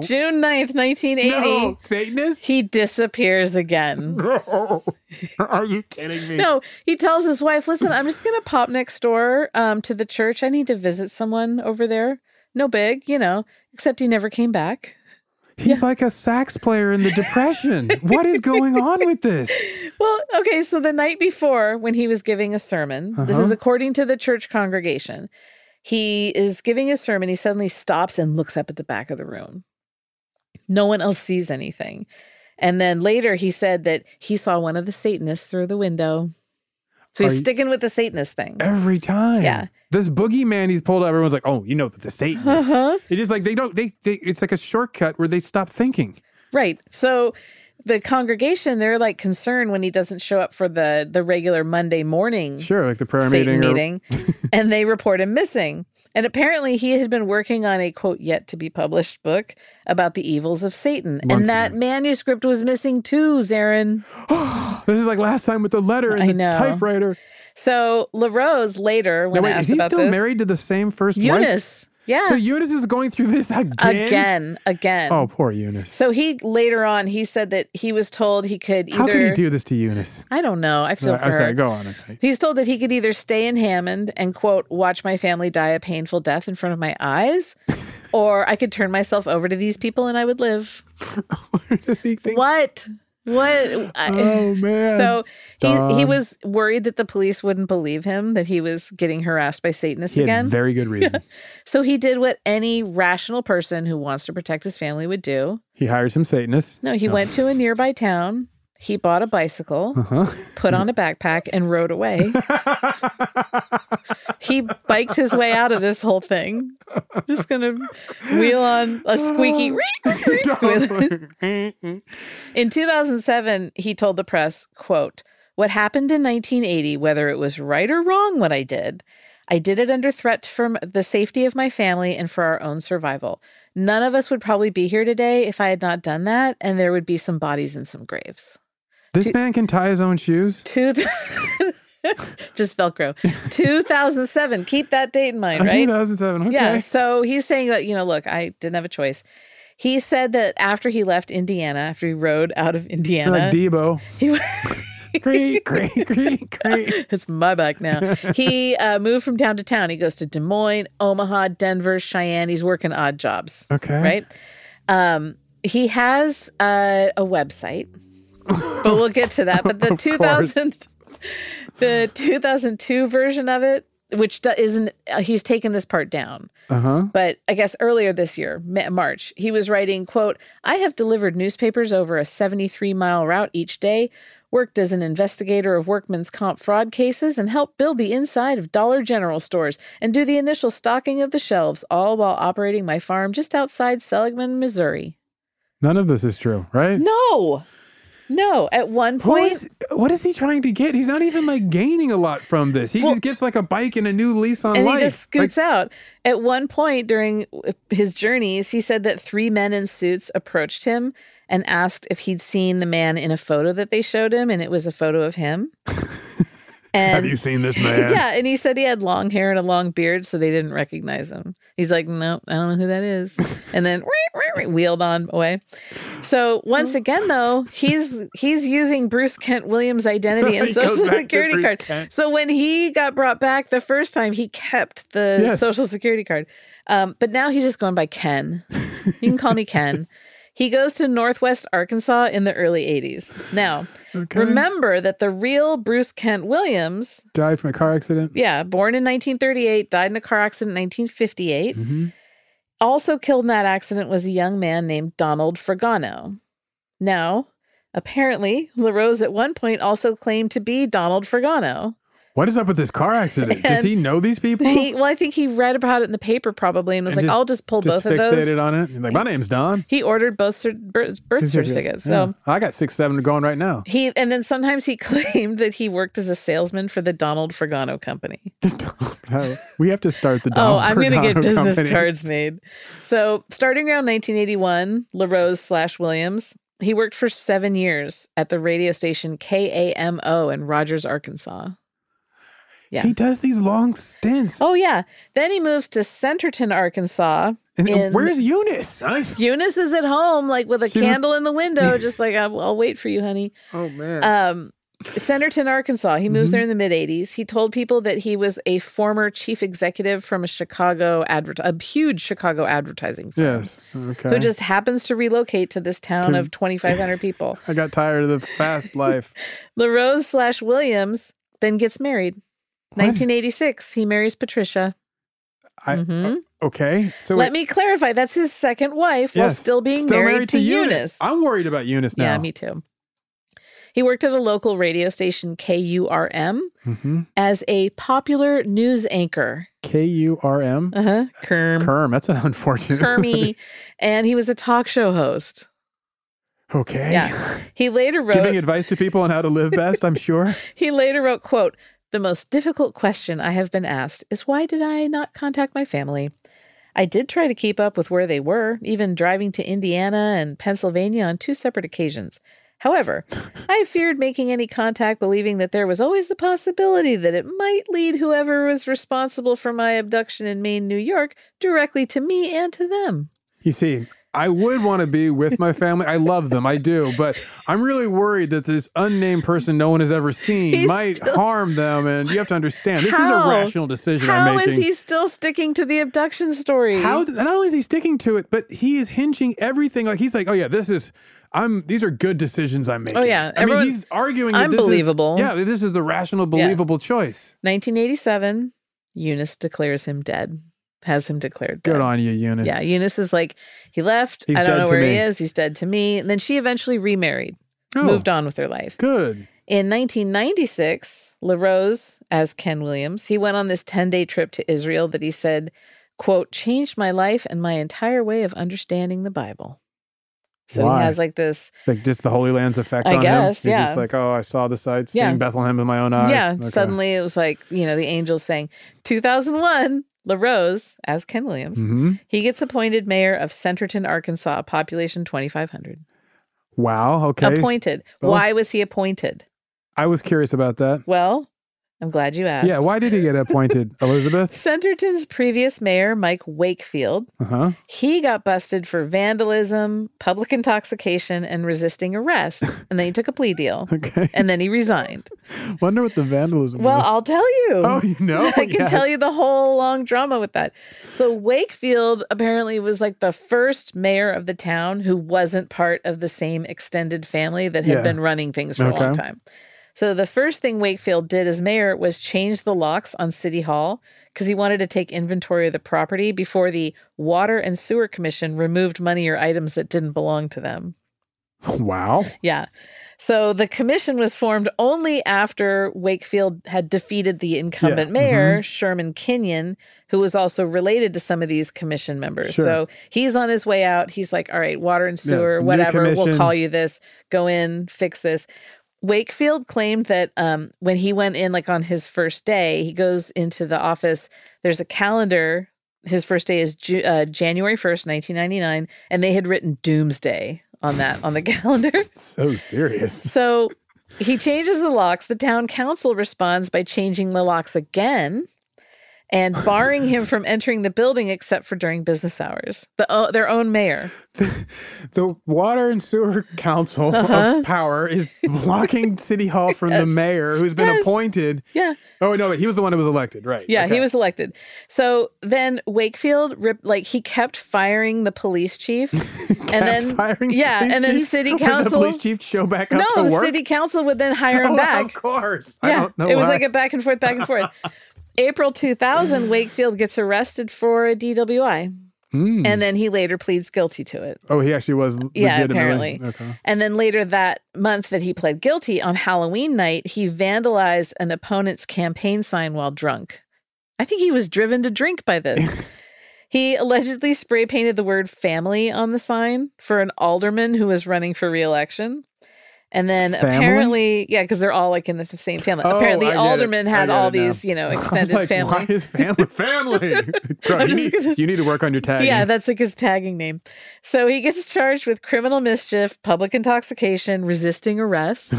[SPEAKER 6] June 9th, 1980.
[SPEAKER 7] No! Satanist?
[SPEAKER 6] He disappears again.
[SPEAKER 7] No. Are you kidding me?
[SPEAKER 6] No, he tells his wife, "Listen, I'm just gonna pop next door um, to the church. I need to visit someone over there. No big, you know." Except he never came back.
[SPEAKER 7] He's like a sax player in the Depression. what is going on with this?
[SPEAKER 6] Well, okay. So the night before, when he was giving a sermon, this is
[SPEAKER 7] Uh-huh.
[SPEAKER 6] according to the church congregation. He is giving his sermon. He suddenly stops and looks up at the back of the room. No one else sees anything. And then later, he said that he saw one of the Satanists through the window. So
[SPEAKER 7] Are
[SPEAKER 6] he's
[SPEAKER 7] you-
[SPEAKER 6] sticking with the Satanist thing.
[SPEAKER 7] Every time.
[SPEAKER 6] Yeah.
[SPEAKER 7] This boogeyman he's pulled out, everyone's like, oh, you know, the Satanist.
[SPEAKER 6] Uh-huh.
[SPEAKER 7] It's just like they don't, they, they, it's like a shortcut where they stop thinking.
[SPEAKER 6] Right. So the congregation, they're like concerned when he doesn't show up for the the regular Monday morning
[SPEAKER 7] Sure, like the prayer
[SPEAKER 6] Satan
[SPEAKER 7] meeting. or-
[SPEAKER 6] meeting, and they report him missing. And apparently, he had been working on a quote yet to be published book about the evils of Satan,
[SPEAKER 7] Once
[SPEAKER 6] and that manuscript was missing too, Zarin.
[SPEAKER 7] this is like last time with the letter and
[SPEAKER 6] I
[SPEAKER 7] the
[SPEAKER 6] know.
[SPEAKER 7] typewriter.
[SPEAKER 6] So LaRose later, when
[SPEAKER 7] Now, wait,
[SPEAKER 6] asked
[SPEAKER 7] is he
[SPEAKER 6] about
[SPEAKER 7] still
[SPEAKER 6] this,
[SPEAKER 7] married to the same first wife?
[SPEAKER 6] Eunice, yeah,
[SPEAKER 7] So Eunice is going through this again.
[SPEAKER 6] again, again.
[SPEAKER 7] Oh, poor Eunice.
[SPEAKER 6] So he later on he said that he was told he could either
[SPEAKER 7] How can you do this to Eunice?
[SPEAKER 6] I don't know. I feel
[SPEAKER 7] Uh,
[SPEAKER 6] for
[SPEAKER 7] I'm
[SPEAKER 6] her.
[SPEAKER 7] sorry, go on. I'm sorry.
[SPEAKER 6] He's told that he could either stay in Hammond and, quote, watch my family die a painful death in front of my eyes, or I could turn myself over to these people and I would live.
[SPEAKER 7] Where does he think?
[SPEAKER 6] What? What? I-
[SPEAKER 7] Oh, man.
[SPEAKER 6] So he, he
[SPEAKER 7] Don.
[SPEAKER 6] was worried that the police wouldn't believe him, that he was getting harassed by Satanists
[SPEAKER 7] He had
[SPEAKER 6] again.
[SPEAKER 7] very good reason.
[SPEAKER 6] so he did what any rational person who wants to protect his family would do.
[SPEAKER 7] He hired some Satanists.
[SPEAKER 6] No, he went to a nearby town. He bought a bicycle, put on a backpack, and rode away. he biked his way out of this whole thing. Just gonna wheel on a squeaky. squeal. in 2007, he told the press, "quote What happened in 1980, whether it was right or wrong, what I did." I did it under threat from the safety of my family and for our own survival. None of us would probably be here today if I had not done that, and there would be some bodies in some graves.
[SPEAKER 7] This man can tie his own shoes.
[SPEAKER 6] Two just Velcro. 2007. Keep that date in mind, right?
[SPEAKER 7] 2007. Okay.
[SPEAKER 6] Yeah. So he's saying that, you know, look, I didn't have a choice. He said that after he left Indiana, after he rode out of
[SPEAKER 7] You're
[SPEAKER 6] Indiana,
[SPEAKER 7] like Debo.
[SPEAKER 6] he,
[SPEAKER 7] Creak, creak, creak, creak.
[SPEAKER 6] it's my back now. He uh, moved from town to town. He goes to Des Moines, Omaha, Denver, Cheyenne. He's working odd jobs.
[SPEAKER 7] Okay.
[SPEAKER 6] Right. Um, He has uh, a website, but we'll get to that. But the 2000, the 2002 version of it, which do- isn't, uh, he's taken this part down.
[SPEAKER 7] Uh huh.
[SPEAKER 6] But I guess earlier this year, Ma- March, he was writing, quote, I have delivered newspapers over a 73 mile route each day, worked as an investigator of workman's comp fraud cases, and helped build the inside of Dollar General stores and do the initial stocking of the shelves, all while operating my farm just outside Seligman, Missouri.
[SPEAKER 7] None of this is true, right?
[SPEAKER 6] No. No. At one
[SPEAKER 7] Who
[SPEAKER 6] point,
[SPEAKER 7] is, what is he trying to get? He's not even like gaining a lot from this. He just gets like a bike and a new lease on
[SPEAKER 6] and
[SPEAKER 7] life.
[SPEAKER 6] he just
[SPEAKER 7] Like,
[SPEAKER 6] scoots out. At one point during his journeys, he said that three men in suits approached him and asked if he'd seen the man in a photo that they showed him, and it was a photo of him.
[SPEAKER 7] Have
[SPEAKER 6] And
[SPEAKER 7] you seen this man?
[SPEAKER 6] yeah, and he said he had long hair and a long beard, so they didn't recognize him. He's like, no, I don't know who that is, and then wheeled on away. So once again, though, he's he's using Bruce Kent Williams' identity and
[SPEAKER 7] He goes
[SPEAKER 6] social
[SPEAKER 7] back to
[SPEAKER 6] security
[SPEAKER 7] Bruce
[SPEAKER 6] card.
[SPEAKER 7] Kent.
[SPEAKER 6] So when he got brought back the first time, he kept the
[SPEAKER 7] Yes.
[SPEAKER 6] social security card, um, but now he's just going by Ken. You can call me Ken. He goes to Northwest Arkansas in the early 80s. Now,
[SPEAKER 7] Okay.
[SPEAKER 6] remember that the real Bruce Kent Williams
[SPEAKER 7] Died from a car accident.
[SPEAKER 6] yeah, born in 1938, died in a car accident in 1958.
[SPEAKER 7] hmm
[SPEAKER 6] Also killed in that accident was a young man named Donald Fragano. Now, apparently, LaRose at one point also claimed to be Donald Fragano.
[SPEAKER 7] What is up with this car accident? Does
[SPEAKER 6] And
[SPEAKER 7] he know these people?
[SPEAKER 6] He, well, I think he read about it in the paper probably and was
[SPEAKER 7] Oh. And
[SPEAKER 6] like,
[SPEAKER 7] just-
[SPEAKER 6] I'll just pull
[SPEAKER 7] just
[SPEAKER 6] both of
[SPEAKER 7] fixated
[SPEAKER 6] those.
[SPEAKER 7] on it. He's like, my name's Don.
[SPEAKER 6] He ordered both cer- birth birth certificates. So.
[SPEAKER 7] Yeah. I got six, seven going right now.
[SPEAKER 6] He and then sometimes he claimed that he worked as a salesman for the Donald Fragano company.
[SPEAKER 7] No, we have to start the.
[SPEAKER 6] Oh,
[SPEAKER 7] Donald
[SPEAKER 6] I'm going to get
[SPEAKER 7] Perdomo
[SPEAKER 6] business
[SPEAKER 7] company.
[SPEAKER 6] cards made. So, starting around 1981, LaRose slash Williams, he worked for seven years at the radio station KAMO in Rogers, Arkansas. Yeah.
[SPEAKER 7] He does these long stints.
[SPEAKER 6] Oh, yeah. Then he moves to Centerton, Arkansas.
[SPEAKER 7] and
[SPEAKER 6] in-
[SPEAKER 7] where's Eunice? I-
[SPEAKER 6] Eunice is at home, like with a
[SPEAKER 7] She-
[SPEAKER 6] candle in the window, just like, I'll, I'll wait for you, honey.
[SPEAKER 7] oh man.
[SPEAKER 6] Um, Centerton, Arkansas. He moves
[SPEAKER 7] Mhm.
[SPEAKER 6] there in the mid 80s. He told people that he was a former chief executive from a Chicago advert, a huge Chicago advertising firm.
[SPEAKER 7] yes. Okay.
[SPEAKER 6] who just happens to relocate to this town
[SPEAKER 7] To-
[SPEAKER 6] of 2,500 people.
[SPEAKER 7] I got tired of the fast life.
[SPEAKER 6] LaRose slash Williams then gets married.
[SPEAKER 7] What?
[SPEAKER 6] 1986, he marries Patricia.
[SPEAKER 7] I, uh,
[SPEAKER 6] Mhm.
[SPEAKER 7] okay. So
[SPEAKER 6] Let
[SPEAKER 7] it-
[SPEAKER 6] me clarify that's his second wife while
[SPEAKER 7] yes.
[SPEAKER 6] still being married, to, Eunice.
[SPEAKER 7] I'm worried about Eunice now.
[SPEAKER 6] yeah, me too. He worked at a local radio station, KURM,
[SPEAKER 7] Mm-hmm.
[SPEAKER 6] as a popular news anchor.
[SPEAKER 7] K U R M.
[SPEAKER 6] Uh huh. Kerm.
[SPEAKER 7] Kerm. That's an unfortunate.
[SPEAKER 6] Kermy. and he was a talk show host.
[SPEAKER 7] okay.
[SPEAKER 6] Yeah. He later wrote.
[SPEAKER 7] Giving advice to people on how to live best. I'm sure.
[SPEAKER 6] He later wrote, quote, the most difficult question I have been asked is why did I not contact my family? I did try to keep up with where they were, even driving to Indiana and Pennsylvania on two separate occasions. However, I feared making any contact, believing that there was always the possibility that it might lead whoever was responsible for my abduction in Maine, New York, directly to me and to them.
[SPEAKER 7] You see, I would want to be with my family. I love them, I do, but I'm really worried that this unnamed person no one has ever seen
[SPEAKER 6] He's
[SPEAKER 7] might
[SPEAKER 6] still-
[SPEAKER 7] harm them. And you have to understand, this is
[SPEAKER 6] How?
[SPEAKER 7] a rational decision I'm
[SPEAKER 6] How is
[SPEAKER 7] making.
[SPEAKER 6] he still sticll to the abduction story?
[SPEAKER 7] How? Not only is he sticking to it, but he is hinging everything. Like he's like, oh yeah, this is. I'm. These are good decisions I'm making.
[SPEAKER 6] Oh, yeah,
[SPEAKER 7] I mean,
[SPEAKER 6] everyone-
[SPEAKER 7] he's arguing. that
[SPEAKER 6] I'm
[SPEAKER 7] this is-
[SPEAKER 6] believable.
[SPEAKER 7] yeah, that this is the rational, believable choice.
[SPEAKER 6] 1987, Eunice declares him dead, has him declared dead.
[SPEAKER 7] Good on you, Eunice.
[SPEAKER 6] Yeah, Eunice is like, he left.
[SPEAKER 7] He's
[SPEAKER 6] I don't
[SPEAKER 7] dead
[SPEAKER 6] know
[SPEAKER 7] to
[SPEAKER 6] where he
[SPEAKER 7] me.
[SPEAKER 6] is. He's dead to me. And then she eventually remarried,
[SPEAKER 7] Oh,
[SPEAKER 6] moved on with her life.
[SPEAKER 7] Good.
[SPEAKER 6] In 1996, LaRose, as Ken Williams, he went on this 10 day trip to Israel that he said, quote, changed my life and my entire way of understanding the Bible. So
[SPEAKER 7] Why?
[SPEAKER 6] he has like this
[SPEAKER 7] Like just the Holy Land's effect
[SPEAKER 6] I
[SPEAKER 7] on him.
[SPEAKER 6] guess,
[SPEAKER 7] He's
[SPEAKER 6] yeah.
[SPEAKER 7] just like, oh, I saw the sights,
[SPEAKER 6] Yeah.
[SPEAKER 7] seeing Bethlehem with my own eyes.
[SPEAKER 6] Yeah,
[SPEAKER 7] Okay.
[SPEAKER 6] suddenly it was like, you know, the angels saying, 2001, LaRose, as Ken Williams,
[SPEAKER 7] Mhm.
[SPEAKER 6] he gets appointed mayor of Centerton, Arkansas, population 2,500.
[SPEAKER 7] Wow. Okay.
[SPEAKER 6] Appointed.
[SPEAKER 7] Well-
[SPEAKER 6] Why was he appointed?
[SPEAKER 7] I was curious about that.
[SPEAKER 6] Well, I'm glad you asked.
[SPEAKER 7] Yeah, why did he get appointed, Elizabeth?
[SPEAKER 6] Centerton's previous mayor, Mike Wakefield,
[SPEAKER 7] Uh huh.
[SPEAKER 6] he got busted for vandalism, public intoxication, and resisting arrest. And then he took a plea deal.
[SPEAKER 7] Okay.
[SPEAKER 6] And then he resigned.
[SPEAKER 7] Wonder what the vandalism
[SPEAKER 6] Well,
[SPEAKER 7] was.
[SPEAKER 6] I'll tell you.
[SPEAKER 7] Oh, you know?
[SPEAKER 6] I can
[SPEAKER 7] Yes.
[SPEAKER 6] tell you the whole long drama with that. So Wakefield apparently was like the first mayor of the town who wasn't part of the same extended family that had
[SPEAKER 7] Yeah.
[SPEAKER 6] been running things for a long
[SPEAKER 7] Okay.
[SPEAKER 6] time. So the first thing Wakefield did as mayor was change the locks on City Hall because he wanted to take inventory of the property before the Water and Sewer Commission removed money or items that didn't belong to them.
[SPEAKER 7] Wow.
[SPEAKER 6] Yeah. So the commission was formed only after Wakefield had defeated the incumbent
[SPEAKER 7] Yeah,
[SPEAKER 6] mayor,
[SPEAKER 7] mhm.
[SPEAKER 6] Sherman Kenyon, who was also related to some of these commission members.
[SPEAKER 7] Sure.
[SPEAKER 6] So he's on his way out. He's like, all right, water and
[SPEAKER 7] Yeah,
[SPEAKER 6] sewer,
[SPEAKER 7] new
[SPEAKER 6] whatever, we'll
[SPEAKER 7] commission.
[SPEAKER 6] call you this, go in, fix this. Wakefield claimed that um, when he went in, like on his first day, he goes into the office. There's a calendar. His first day is Ju- uh, January 1st, 1999. And they had written doomsday on that, on the calendar.
[SPEAKER 7] So serious.
[SPEAKER 6] So he changes the locks. The town council responds by changing the locks again and barring him from entering the building except for during business hours. The, o their own mayor.
[SPEAKER 7] The Water and Sewer Council
[SPEAKER 6] Uh-huh.
[SPEAKER 7] of Power is blocking City Hall from the
[SPEAKER 6] Yes.
[SPEAKER 7] mayor who's been
[SPEAKER 6] Yes.
[SPEAKER 7] appointed.
[SPEAKER 6] Yeah.
[SPEAKER 7] Oh, no, wait, he was the one who was elected, right?
[SPEAKER 6] Yeah,
[SPEAKER 7] Okay.
[SPEAKER 6] he was elected. So then Wakefield ripped like he kept firing the police chief and then
[SPEAKER 7] Firing
[SPEAKER 6] yeah,
[SPEAKER 7] police
[SPEAKER 6] and then
[SPEAKER 7] chief?
[SPEAKER 6] city
[SPEAKER 7] Would The
[SPEAKER 6] council
[SPEAKER 7] police chief show back up
[SPEAKER 6] No,
[SPEAKER 7] to
[SPEAKER 6] the
[SPEAKER 7] work.
[SPEAKER 6] city council would then hire him
[SPEAKER 7] Oh,
[SPEAKER 6] back.
[SPEAKER 7] Of course. I
[SPEAKER 6] Yeah,
[SPEAKER 7] don't know
[SPEAKER 6] it was
[SPEAKER 7] why.
[SPEAKER 6] like a back and forth, back and forth. April 2000, Wakefield gets arrested for a DWI,
[SPEAKER 7] Hmm.
[SPEAKER 6] and then he later pleads guilty to it.
[SPEAKER 7] Oh, he actually was legitimately.
[SPEAKER 6] Yeah, apparently.
[SPEAKER 7] Okay.
[SPEAKER 6] And then later that month that he pled guilty on Halloween night, he vandalized an opponent's campaign sign while drunk. I think he was driven to drink by this. he allegedly spray painted the word family on the sign for an alderman who was running for reelection. And then
[SPEAKER 7] Family?
[SPEAKER 6] apparently, yeah, because they're all like in the f- same family.
[SPEAKER 7] Oh,
[SPEAKER 6] apparently,
[SPEAKER 7] I get it.
[SPEAKER 6] alderman
[SPEAKER 7] I
[SPEAKER 6] had
[SPEAKER 7] get
[SPEAKER 6] all
[SPEAKER 7] it now.
[SPEAKER 6] these, you know,
[SPEAKER 7] I was
[SPEAKER 6] extended
[SPEAKER 7] like,
[SPEAKER 6] family.
[SPEAKER 7] Why is family? family. Bro,
[SPEAKER 6] I'm
[SPEAKER 7] you,
[SPEAKER 6] just
[SPEAKER 7] need,
[SPEAKER 6] gonna-
[SPEAKER 7] you need to work on your tag.
[SPEAKER 6] Yeah, that's like his tagging name. So he gets charged with criminal mischief, public intoxication, resisting arrest.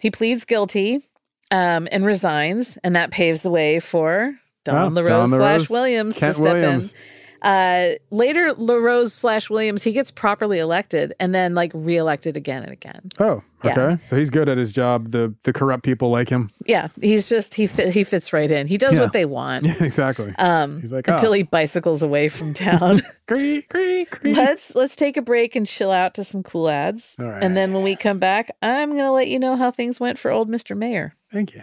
[SPEAKER 6] He pleads guilty um, and resigns, and that paves the way for Don
[SPEAKER 7] Oh,
[SPEAKER 6] LaRose
[SPEAKER 7] Don
[SPEAKER 6] slash
[SPEAKER 7] LaRose,
[SPEAKER 6] Williams
[SPEAKER 7] Kent
[SPEAKER 6] to step
[SPEAKER 7] Williams.
[SPEAKER 6] in. Uh, later, LaRose slash Williams, he gets properly elected and then like reelected again and again.
[SPEAKER 7] Oh,
[SPEAKER 6] Yeah.
[SPEAKER 7] okay. So he's good at his job. The the corrupt people like him.
[SPEAKER 6] Yeah, he's just, he, fit, he fits right in. He does
[SPEAKER 7] Yeah.
[SPEAKER 6] what they want.
[SPEAKER 7] Yeah, exactly.
[SPEAKER 6] Um,
[SPEAKER 7] He's like,
[SPEAKER 6] until
[SPEAKER 7] "Oh."
[SPEAKER 6] he bicycles away from town.
[SPEAKER 7] Cree, cree, cree.
[SPEAKER 6] let's let's take a break and chill out to some cool ads.
[SPEAKER 7] All
[SPEAKER 6] And then when we come back, I'm gonna let you know how things went for old Mr. Mayor.
[SPEAKER 7] Thank you.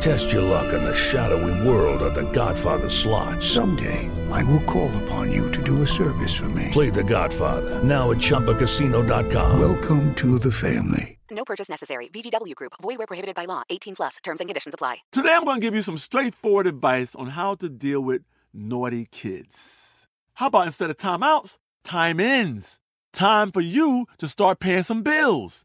[SPEAKER 11] Test your luck in the shadowy world of the Godfather slot.
[SPEAKER 12] Someday, I will call upon you to do a service for me.
[SPEAKER 11] Play the Godfather now at ChumbaCasino.com.
[SPEAKER 12] Welcome to the family.
[SPEAKER 13] No purchase necessary. VGW Group. Void where prohibited by law. 18 plus. Terms and conditions apply.
[SPEAKER 4] Today I'm going to give you some straightforward advice on how to deal with naughty kids. How about instead of timeouts, time ins? Time for you to start paying some bills.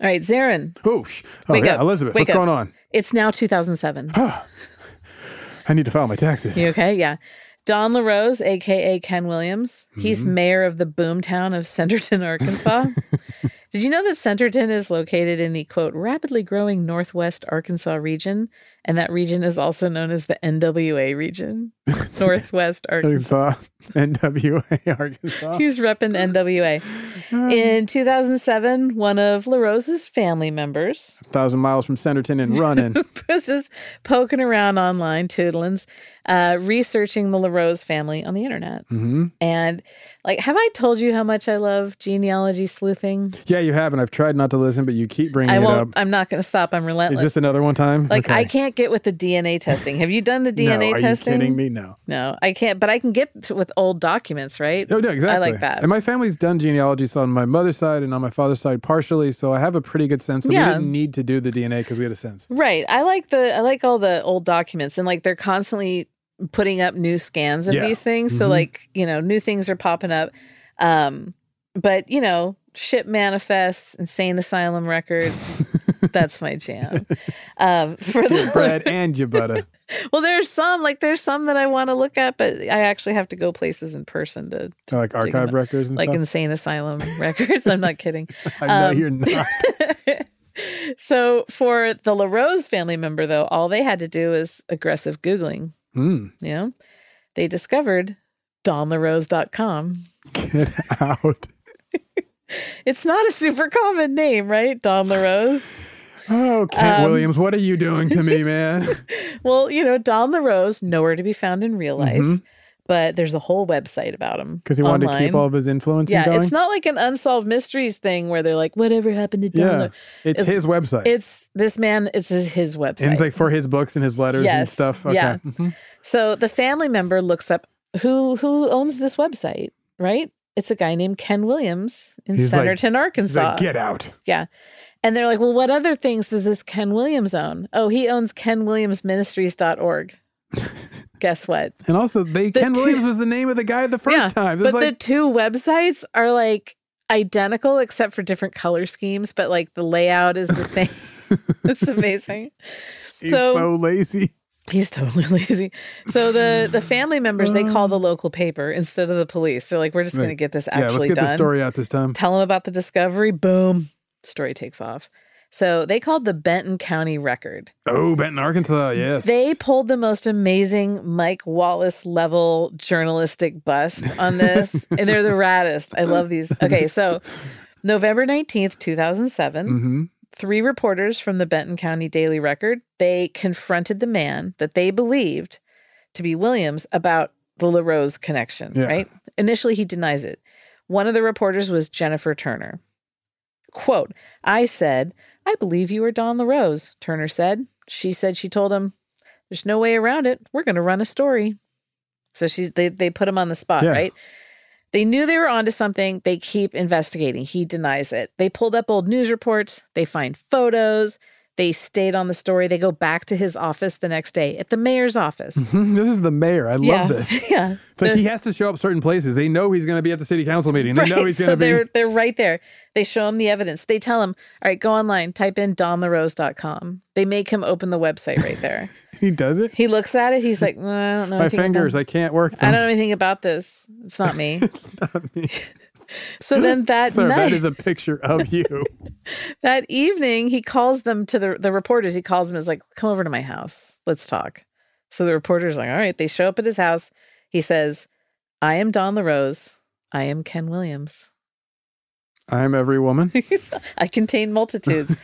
[SPEAKER 6] All right, Zarin.
[SPEAKER 7] Oosh. Oh, yeah, Elizabeth, what's going on?
[SPEAKER 6] It's now 2007.
[SPEAKER 7] I need to file my taxes.
[SPEAKER 6] You okay? Yeah. Don LaRose, aka Ken Williams. He's mayor of the boomtown of Centerton, Arkansas. Did you know that Centerton is located in the quote rapidly growing northwest Arkansas region? And that region is also known as the NWA region. Northwest Arkansas.
[SPEAKER 7] Arkansas, NWA, Arkansas.
[SPEAKER 6] He's repping the NWA. In 2007, one of LaRose's family members
[SPEAKER 7] thousand miles from Centerton and running.
[SPEAKER 6] was just poking around online, toodlins, uh, researching the LaRose family on the internet.
[SPEAKER 7] hmm
[SPEAKER 6] And like, have I told you how much I love genealogy sleuthing?
[SPEAKER 7] Yeah, you have, and I've tried not to listen, but you keep bringing
[SPEAKER 6] I
[SPEAKER 7] it
[SPEAKER 6] won't.
[SPEAKER 7] up.
[SPEAKER 6] I'm not going to stop. I'm
[SPEAKER 7] Is
[SPEAKER 6] relentless.
[SPEAKER 7] this another one time?
[SPEAKER 6] like
[SPEAKER 7] Okay.
[SPEAKER 6] I can't get with the DNA testing. Have you done the DNA
[SPEAKER 7] no, are
[SPEAKER 6] testing?
[SPEAKER 7] you kidding me? No.
[SPEAKER 6] No, I can't. But I can get to, with old documents, right?
[SPEAKER 7] Oh, no, exactly.
[SPEAKER 6] I like that.
[SPEAKER 7] And my family's done genealogies on my mother's side and on my father's side partially, so I have a pretty good sense. So
[SPEAKER 6] Yeah.
[SPEAKER 7] we didn't need to do the DNA because we had a sense.
[SPEAKER 6] Right. I like the I like all the old documents and like they're constantly putting up new scans of
[SPEAKER 7] Yeah.
[SPEAKER 6] these things. So
[SPEAKER 7] Mhm.
[SPEAKER 6] like, you know, new things are popping up. Um but, you know, ship manifests, insane asylum records. that's my jam. Um for
[SPEAKER 7] Your
[SPEAKER 6] the
[SPEAKER 7] bread and your butter.
[SPEAKER 6] Well, there's some like there's some that I want to look at, but I actually have to go places in person to
[SPEAKER 7] Oh, like
[SPEAKER 6] dig 'em
[SPEAKER 7] archive
[SPEAKER 6] up.
[SPEAKER 7] records and
[SPEAKER 6] like
[SPEAKER 7] stuff.
[SPEAKER 6] insane asylum records. I'm not kidding.
[SPEAKER 7] I know
[SPEAKER 6] Um,
[SPEAKER 7] you're not.
[SPEAKER 6] So for the LaRose family member, though, all they had to do is aggressive Googling.
[SPEAKER 7] Mm.
[SPEAKER 6] You know, they discovered DonLaRose.com.
[SPEAKER 7] Get out.
[SPEAKER 6] It's not a super common name, right? Don LaRose.
[SPEAKER 7] Oh, Kent
[SPEAKER 6] Um,
[SPEAKER 7] Williams, what are you doing to me, man?
[SPEAKER 6] Well, you know, Don LaRose, nowhere to be found in real life,
[SPEAKER 7] Mhm.
[SPEAKER 6] but there's a whole website about him.
[SPEAKER 7] Because he wanted to keep all of his influence
[SPEAKER 6] Yeah,
[SPEAKER 7] going?
[SPEAKER 6] it's not like an unsolved mysteries thing where they're like, whatever happened to Don?
[SPEAKER 7] yeah.
[SPEAKER 6] La-"
[SPEAKER 7] It's,
[SPEAKER 6] It's-
[SPEAKER 7] his website.
[SPEAKER 6] It's this man, it's his- his website.
[SPEAKER 7] and it's like for his books and his letters and
[SPEAKER 6] Yes,
[SPEAKER 7] stuff. Okay.
[SPEAKER 6] yeah.
[SPEAKER 7] Mhm.
[SPEAKER 6] So the family member looks up who who owns this website, right? It's a guy named Ken Williams in
[SPEAKER 7] He's like-
[SPEAKER 6] Centerton,
[SPEAKER 7] He's
[SPEAKER 6] Arkansas.
[SPEAKER 7] like, get out.
[SPEAKER 6] Yeah. And they're like, well, what other things does this Ken Williams own? Oh, he owns kenwilliamsministries.org. Guess what?
[SPEAKER 7] And also, they
[SPEAKER 6] The
[SPEAKER 7] Ken
[SPEAKER 6] two-
[SPEAKER 7] Williams was the name of the guy the first
[SPEAKER 6] yeah,
[SPEAKER 7] time. It's
[SPEAKER 6] But the
[SPEAKER 7] like,
[SPEAKER 6] two websites are like identical except for different color schemes, but like the layout is the same. it's amazing.
[SPEAKER 7] he's so lazy.
[SPEAKER 6] He's totally lazy. So the the family members they call the local paper instead of the police. They're like, we're just going to
[SPEAKER 7] Um. Right.
[SPEAKER 6] get this
[SPEAKER 7] Yeah, let's
[SPEAKER 6] actually
[SPEAKER 7] get
[SPEAKER 6] done.
[SPEAKER 7] the story out this time.
[SPEAKER 6] Tell them about the discovery. Boom, story takes off. So they called the Benton County Record.
[SPEAKER 7] Oh, Benton, Arkansas. Yes.
[SPEAKER 6] They pulled the most amazing Mike Wallace level journalistic bust on this, and they're the raddest. I love these. Okay, so November nineteenth, two thousand seven
[SPEAKER 7] Mm-hmm.
[SPEAKER 6] three reporters from the Benton County Daily Record, they confronted the man that they believed to be Williams about the LaRose connection,
[SPEAKER 7] Yeah.
[SPEAKER 6] right? Initially, he denies it. One of the reporters was Jennifer Turner. Quote, I said, I believe you are Don LaRose, Turner said. She said she told him, There's no way around it. We're going to run a story. So she, they, they put him on the spot,
[SPEAKER 7] Yeah.
[SPEAKER 6] right? They knew they were onto something. They keep investigating. He denies it. They pulled up old news reports. They find photos. They stayed on the story. They go back to his office the next day at the mayor's office.
[SPEAKER 7] Mhm. This is the mayor. I
[SPEAKER 6] yeah.
[SPEAKER 7] love this. It's
[SPEAKER 6] yeah.
[SPEAKER 7] like
[SPEAKER 6] The-
[SPEAKER 7] he has to show up certain places. They know he's going to be at the city council meeting. They know he's
[SPEAKER 6] so
[SPEAKER 7] going to
[SPEAKER 6] they're
[SPEAKER 7] be.
[SPEAKER 6] they're right there. They show him the evidence. They tell him, all right, go online, type in donlarose.com. They make him open the website right there.
[SPEAKER 7] He does it.
[SPEAKER 6] he looks at it. He's like, "Mm, I don't know.
[SPEAKER 7] My
[SPEAKER 6] anything about-
[SPEAKER 7] fingers, I can't work
[SPEAKER 6] I
[SPEAKER 7] them.
[SPEAKER 6] don't know anything about this. It's not me.
[SPEAKER 7] It's not me.
[SPEAKER 6] So then that
[SPEAKER 7] Sir,
[SPEAKER 6] night,
[SPEAKER 7] that is a picture of you.
[SPEAKER 6] that evening, he calls them to the the reporters. He calls them is like, "Come over to my house. Let's talk." So the reporters are like, "All right." They show up at his house. He says, "I am Don LaRose. I am Ken Williams.
[SPEAKER 7] I'm every woman.
[SPEAKER 6] I contain multitudes."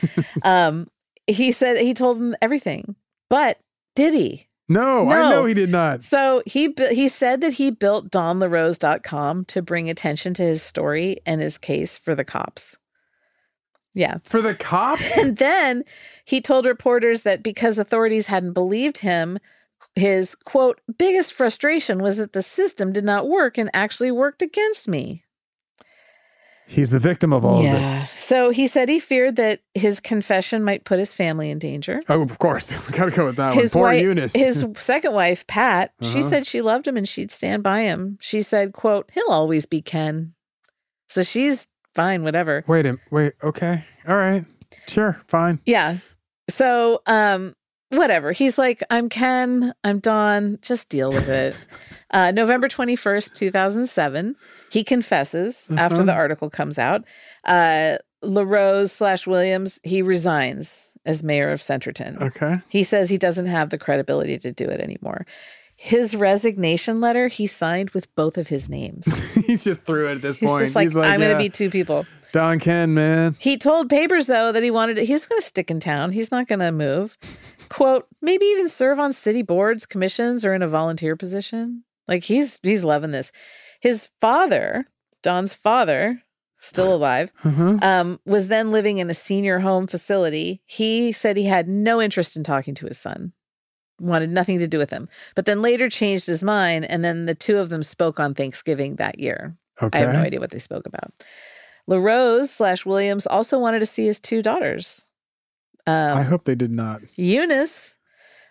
[SPEAKER 6] um, he said he told them everything, but did he?
[SPEAKER 7] No, I
[SPEAKER 6] No.
[SPEAKER 7] know he did not.
[SPEAKER 6] So he bu- he said that he built DonLaRose.com to bring attention to his story and his case for the cops. Yeah.
[SPEAKER 7] For the cops?
[SPEAKER 6] And then he told reporters that because authorities hadn't believed him, his quote, biggest frustration was that the system did not work and actually worked against me.
[SPEAKER 7] He's the victim of all of this.
[SPEAKER 6] So he said he feared that his confession might put his family in danger.
[SPEAKER 7] Oh, of course. We gotta go with that one. Poor
[SPEAKER 6] wife,
[SPEAKER 7] Eunice.
[SPEAKER 6] His second wife, Pat,
[SPEAKER 7] Uh-huh.
[SPEAKER 6] she said she loved him and she'd stand by him. She said, quote, he'll always be Ken. So she's fine, whatever.
[SPEAKER 7] wait a wait, okay. All right. Sure, fine.
[SPEAKER 6] Yeah. So, um, whatever. He's like, I'm Ken, I'm Don, just deal with it. uh, November 21st, 2007, he confesses after
[SPEAKER 14] Uh-huh.
[SPEAKER 6] the article comes out. Uh, LaRose slash Williams, he resigns as mayor of Centerton.
[SPEAKER 7] Okay.
[SPEAKER 6] He says he doesn't have the credibility to do it anymore. His resignation letter he signed with both of his names.
[SPEAKER 7] He's just through it at this
[SPEAKER 6] He's
[SPEAKER 7] point.
[SPEAKER 6] just like,
[SPEAKER 7] He's like
[SPEAKER 6] I'm
[SPEAKER 7] yeah,
[SPEAKER 6] going to be two people.
[SPEAKER 7] Don Ken, man.
[SPEAKER 6] He told papers though that he wanted to, he's going to stick in town. He's not going to move. Quote, maybe even serve on city boards, commissions or in a volunteer position. Like he's he's loving this. His father, Don's father, still alive,
[SPEAKER 7] Uh-huh.
[SPEAKER 6] um, was then living in a senior home facility. He said he had no interest in talking to his son. Wanted nothing to do with him, but then later changed his mind. And then the two of them spoke on Thanksgiving that year. I have no
[SPEAKER 14] Okay.
[SPEAKER 6] idea what they spoke about. LaRose slash Williams also wanted to see his two daughters.
[SPEAKER 7] I
[SPEAKER 6] Um,
[SPEAKER 7] hope they did not.
[SPEAKER 6] Eunice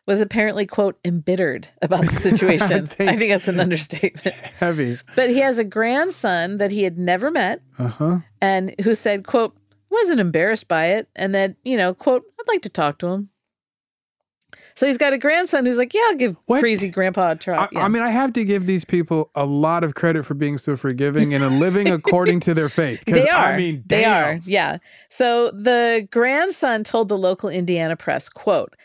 [SPEAKER 6] was apparently, quote, embittered about the situation. I, think,
[SPEAKER 7] think-
[SPEAKER 6] that's an understatement.
[SPEAKER 7] Heavy.
[SPEAKER 6] But he has a grandson that he had never met
[SPEAKER 7] Uh-huh.
[SPEAKER 6] and who said, quote, wasn't embarrassed by it. And then, you know, quote, I'd like to talk to him. So he's got a grandson who's like, yeah, I'll give crazy grandpa a try. yeah.
[SPEAKER 7] I mean, I have to give these people a lot of credit for being so forgiving and living according to their faith. 'Cause,
[SPEAKER 6] They are.
[SPEAKER 7] I mean,
[SPEAKER 6] they
[SPEAKER 7] damn.
[SPEAKER 6] are. Yeah. So the grandson told the local Indiana press, "quote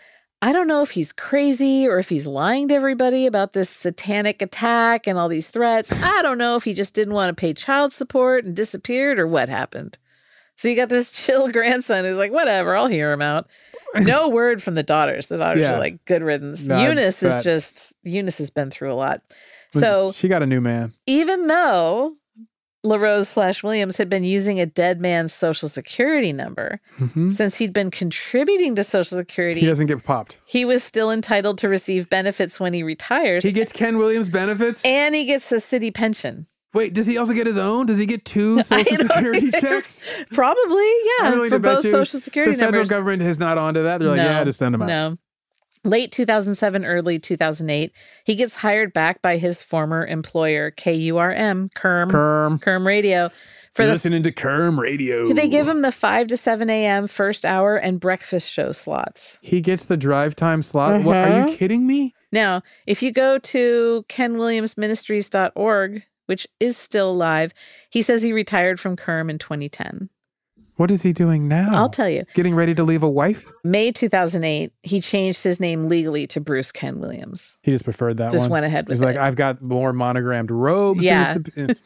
[SPEAKER 6] I don't know if he's crazy or if he's lying to everybody about this satanic attack and all these threats. I don't know if he just didn't want to pay child support and disappeared or what happened." So you got this chill grandson who's like, "Whatever, I'll hear him out." No word from the daughters. The daughters
[SPEAKER 7] Yeah.
[SPEAKER 6] are like, "Good riddance."
[SPEAKER 7] No, I
[SPEAKER 6] Eunice
[SPEAKER 7] bet.
[SPEAKER 6] is just Eunice has been through a lot. So
[SPEAKER 7] she got a new man.
[SPEAKER 6] even though LaRose slash Williams had been using a dead man's social security number, since he'd been contributing to social security,
[SPEAKER 7] He Mm-hmm. doesn't get popped.
[SPEAKER 6] he was still entitled to receive benefits when he retires.
[SPEAKER 7] He gets Ken Williams benefits.
[SPEAKER 6] and he gets a city pension.
[SPEAKER 7] Wait, does he also get his own? Does he get two social
[SPEAKER 6] don't
[SPEAKER 7] security
[SPEAKER 6] either.
[SPEAKER 7] checks?
[SPEAKER 6] Probably, yeah,
[SPEAKER 7] I'm willing
[SPEAKER 6] for
[SPEAKER 7] to bet
[SPEAKER 6] both
[SPEAKER 7] you
[SPEAKER 6] social security
[SPEAKER 7] the federal
[SPEAKER 6] numbers.
[SPEAKER 7] government is not onto that. They're like, yeah, just send them out.
[SPEAKER 6] No. Late 2007, early 2008, he gets hired back by his former employer, KURM, KURM,
[SPEAKER 7] Kerm.
[SPEAKER 6] KURM Radio, for
[SPEAKER 7] You're
[SPEAKER 6] the
[SPEAKER 7] listening to Kerm Radio.
[SPEAKER 6] They give him the 5 to 7 a.m. first hour and breakfast show slots.
[SPEAKER 7] He gets the drive time slot. What, are
[SPEAKER 6] Uh-huh.
[SPEAKER 7] you kidding me?
[SPEAKER 6] Now, if you go to kenwilliamsministries.org, which is still live, he says he retired from KERM in 2010.
[SPEAKER 7] What is he doing now?
[SPEAKER 6] I'll tell you.
[SPEAKER 7] Getting ready to leave a wife?
[SPEAKER 6] May 2008, he changed his name legally to Bruce Ken Williams.
[SPEAKER 7] He just preferred that
[SPEAKER 6] Just
[SPEAKER 7] one.
[SPEAKER 6] went ahead with
[SPEAKER 7] He's like, I've got more monogrammed robes.
[SPEAKER 6] Yeah.
[SPEAKER 7] with the-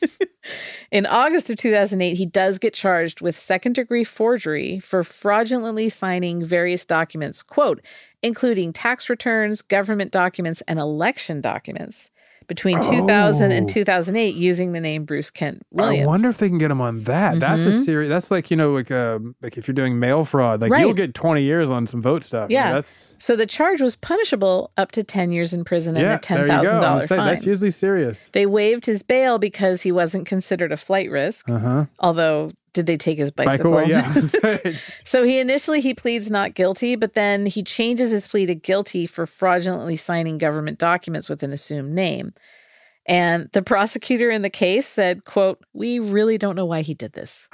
[SPEAKER 6] In August of 2008, he does get charged with second degree forgery for fraudulently signing various documents, quote, including tax returns, government documents, and election documents between 2000 and
[SPEAKER 7] Oh.
[SPEAKER 6] 2008 using the name Bruce Kent Williams.
[SPEAKER 7] I wonder if they can get him on that. That's a
[SPEAKER 6] Mhm.
[SPEAKER 7] serious. That's like you know, like uh, like if you're doing mail fraud, like you'll
[SPEAKER 6] Right.
[SPEAKER 7] get 20 years on some vote stuff.
[SPEAKER 6] yeah.
[SPEAKER 7] that's
[SPEAKER 6] so the charge was punishable up to 10 years in prison and
[SPEAKER 7] yeah.
[SPEAKER 6] a
[SPEAKER 7] there you go. I was gonna
[SPEAKER 6] $10,000
[SPEAKER 7] say,
[SPEAKER 6] fine.
[SPEAKER 7] That's usually serious.
[SPEAKER 6] they waived his bail because he wasn't considered a flight risk.
[SPEAKER 7] Uh huh.
[SPEAKER 6] Although, did they take his bicycle?
[SPEAKER 7] yeah.
[SPEAKER 6] So he initially he pleads not guilty, but then he changes his plea to guilty for fraudulently signing government documents with an assumed name. And the prosecutor in the case said, quote, "We really don't know why he did this."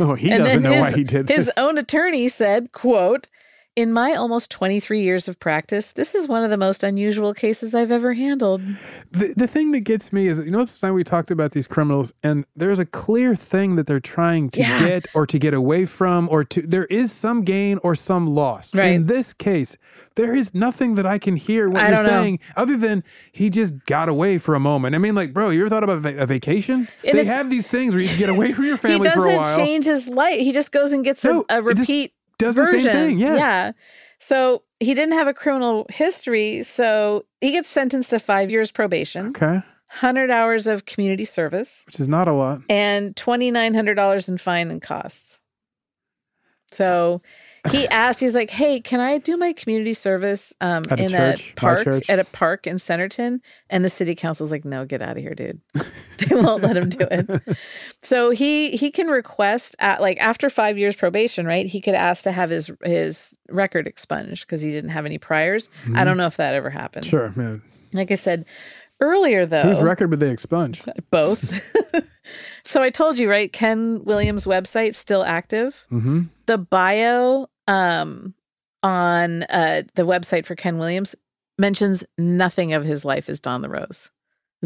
[SPEAKER 7] oh, he
[SPEAKER 6] and then
[SPEAKER 7] doesn't know why
[SPEAKER 6] his-
[SPEAKER 7] he did
[SPEAKER 6] His
[SPEAKER 7] this.
[SPEAKER 6] own attorney said, quote, In my almost 23 years of practice, this is one of the most unusual cases I've ever handled.
[SPEAKER 7] The, the thing that gets me is, you know, last time we talked about these criminals, and there's a clear thing that they're trying to
[SPEAKER 6] Yeah.
[SPEAKER 7] get or to get away from, or to there is some gain or some loss. In
[SPEAKER 6] Right.
[SPEAKER 7] this case, there is nothing that I can hear what
[SPEAKER 6] I
[SPEAKER 7] you're
[SPEAKER 6] don't know.
[SPEAKER 7] saying other than he just got away for a moment. I mean, like, bro, you ever thought about va- a vacation?
[SPEAKER 6] And
[SPEAKER 7] they
[SPEAKER 6] it's-
[SPEAKER 7] have these things where you can get away from your
[SPEAKER 6] He
[SPEAKER 7] family for a
[SPEAKER 6] doesn't
[SPEAKER 7] while.
[SPEAKER 6] change his life. He just goes and gets a-
[SPEAKER 7] No,
[SPEAKER 6] a,
[SPEAKER 7] it just
[SPEAKER 6] repeat
[SPEAKER 7] does the same
[SPEAKER 6] version.
[SPEAKER 7] thing, yes.
[SPEAKER 6] Yeah. So he didn't have a criminal history, so he gets sentenced to five years probation,
[SPEAKER 7] Okay,
[SPEAKER 6] 100 hours of community service,
[SPEAKER 7] which is not a lot.
[SPEAKER 6] and $2,900 in fine and costs. So he asked, he's like, hey, can I do my community service um,
[SPEAKER 7] At a
[SPEAKER 6] in
[SPEAKER 7] church?
[SPEAKER 6] a
[SPEAKER 7] My
[SPEAKER 6] park,
[SPEAKER 7] church?
[SPEAKER 6] at a park in Centerton? And the city council's like, no, get out of here, dude. they won't let him do it. So he he can request at, like after five years probation, right? He could ask to have his his record expunged because he didn't have any priors. I
[SPEAKER 7] Mhm.
[SPEAKER 6] don't know if that ever happened.
[SPEAKER 7] Sure, man.
[SPEAKER 6] Like I said earlier, though,
[SPEAKER 7] Whose record would they expunge?
[SPEAKER 6] both. so I told you, right? Ken Williams' website still active.
[SPEAKER 7] Mm-hmm.
[SPEAKER 6] The bio um, on uh, the website for Ken Williams mentions nothing of his life as Don the Rose.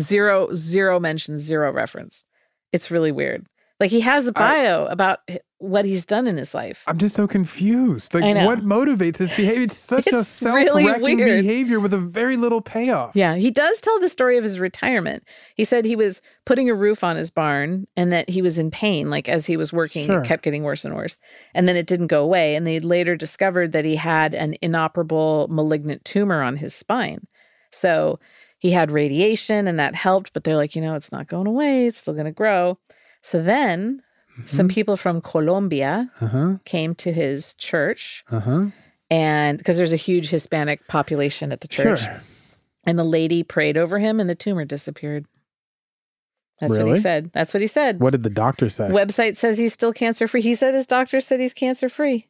[SPEAKER 6] Zero, zero mentions, zero reference. It's really weird. Like he has a bio about h- what he's done in his life.
[SPEAKER 7] I'm just so confused. Like,
[SPEAKER 6] I know.
[SPEAKER 7] what motivates this behavior? It's such a
[SPEAKER 6] It's
[SPEAKER 7] self-wrecking
[SPEAKER 6] really weird.
[SPEAKER 7] behavior with a very little payoff.
[SPEAKER 6] Yeah, he does tell the story of his retirement. He said he was putting a roof on his barn and that he was in pain. Like as he was working,
[SPEAKER 7] Sure.
[SPEAKER 6] it kept getting worse and worse. And then it didn't go away. And they later discovered that he had an inoperable malignant tumor on his spine. So he had radiation and that helped, but they're like, you know, it's not going away. It's still going to grow. So then
[SPEAKER 7] Mm-hmm.
[SPEAKER 6] some people from Colombia
[SPEAKER 7] Uh huh.
[SPEAKER 6] came to his church
[SPEAKER 7] Uh huh.
[SPEAKER 6] and because there's a huge Hispanic population at the church.
[SPEAKER 7] Sure.
[SPEAKER 6] And the lady prayed over him and the tumor disappeared. That's what
[SPEAKER 7] Really?
[SPEAKER 6] he said. That's what he said.
[SPEAKER 7] What did the doctor say?
[SPEAKER 6] Website says he's still cancer free. He said his doctor said he's cancer free.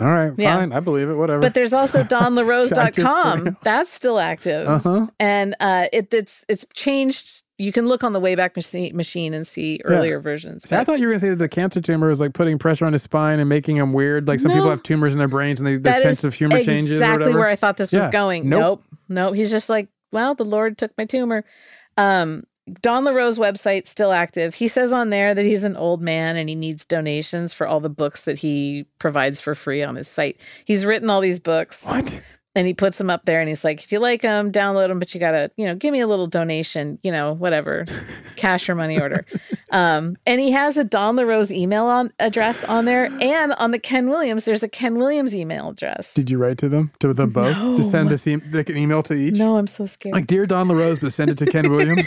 [SPEAKER 7] All right,
[SPEAKER 6] Yeah.
[SPEAKER 7] fine. I believe it. Whatever.
[SPEAKER 6] But there's also donlarose.com. That's still active.
[SPEAKER 7] Uh-huh.
[SPEAKER 6] And uh, it, it's it's changed. You can look on the Wayback Machi- Machine and see
[SPEAKER 7] Yeah.
[SPEAKER 6] earlier versions.
[SPEAKER 7] See, I
[SPEAKER 6] but-
[SPEAKER 7] thought you were going to say that the cancer tumor was like putting pressure on his spine and making him weird. Like some people
[SPEAKER 6] No.
[SPEAKER 7] have tumors in their brains and they, their
[SPEAKER 6] That is
[SPEAKER 7] sense of humor changes. or
[SPEAKER 6] Exactly
[SPEAKER 7] whatever.
[SPEAKER 6] where I thought this was
[SPEAKER 7] Yeah.
[SPEAKER 6] going. Nope. nope. He's just like, well, the Lord took my tumor. Um, Don LaRose website still active. He says on there that he's an old man and he needs donations for all the books that he provides for free on his site. He's written all these books.
[SPEAKER 7] What?
[SPEAKER 6] And he puts them up there and he's like, if you like them, download them, but you got to, you know, give me a little donation, you know, whatever, cash or money order. Um, and he has a Don LaRose email on, address on there. And on the Ken Williams, there's a Ken Williams email address.
[SPEAKER 7] Did you write to them? To them both? To send
[SPEAKER 6] No.
[SPEAKER 7] this e- like an email to each?
[SPEAKER 6] No, I'm so scared.
[SPEAKER 7] Like, dear Don LaRose, but send it to Ken Williams.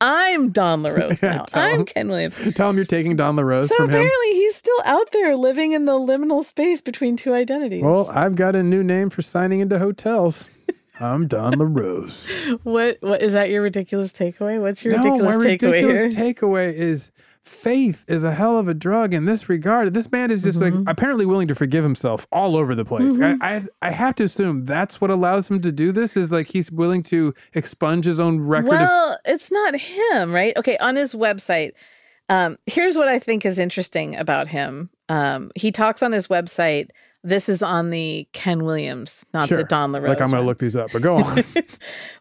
[SPEAKER 6] I'm Don LaRose
[SPEAKER 7] Yeah,
[SPEAKER 6] now.
[SPEAKER 7] tell
[SPEAKER 6] I'm
[SPEAKER 7] him.
[SPEAKER 6] Ken Williams.
[SPEAKER 7] Tell him you're taking Don LaRose
[SPEAKER 6] So
[SPEAKER 7] from him.
[SPEAKER 6] apparently he's still out there living in the liminal space between two identities.
[SPEAKER 7] Well, I've got a new name for signing into hotels. I'm Don LaRose.
[SPEAKER 6] what what is that your ridiculous takeaway? What's your ridiculous takeaway
[SPEAKER 7] my ridiculous
[SPEAKER 6] here?
[SPEAKER 7] takeaway is faith is a hell of a drug in this regard. This man is just
[SPEAKER 6] Mm-hmm.
[SPEAKER 7] like apparently willing to forgive himself all over the place. I, I I have to assume that's what allows him to do this is like he's willing to expunge his own record of
[SPEAKER 6] well, it's not him, right? Okay, on his website, um, here's what I think is interesting about him. Um, he talks on his website. This is on the Ken Williams, not
[SPEAKER 7] Sure.
[SPEAKER 6] the Don LaRose.
[SPEAKER 7] Like I'm
[SPEAKER 6] one.
[SPEAKER 7] gonna look these up, but go on.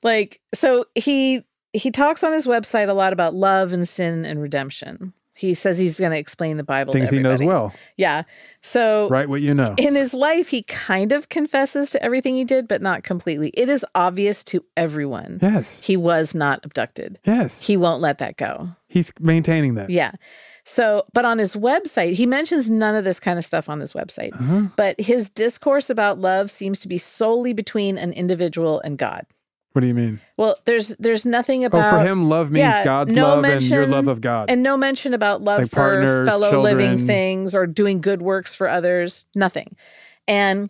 [SPEAKER 6] like so he he talks on his website a lot about love and sin and redemption he says he's going to explain the bible to
[SPEAKER 7] Things he knows
[SPEAKER 6] everybody.
[SPEAKER 7] well.
[SPEAKER 6] yeah so
[SPEAKER 7] Write what you know.
[SPEAKER 6] in his life he kind of confesses to everything he did but not completely it is obvious to everyone
[SPEAKER 7] Yes.
[SPEAKER 6] he was not abducted
[SPEAKER 7] Yes.
[SPEAKER 6] he won't let that go
[SPEAKER 7] He's maintaining that.
[SPEAKER 6] yeah. So, but on his website, he mentions none of this kind of stuff on his website.
[SPEAKER 7] Uh-huh.
[SPEAKER 6] But his discourse about love seems to be solely between an individual and God.
[SPEAKER 7] What do you mean?
[SPEAKER 6] Well, there's there's nothing about
[SPEAKER 7] Oh, him, love means God's love and your love of God.
[SPEAKER 6] and no mention about love
[SPEAKER 7] Like
[SPEAKER 6] for
[SPEAKER 7] partners,
[SPEAKER 6] fellow
[SPEAKER 7] children.
[SPEAKER 6] living things or doing good works for others. Nothing, and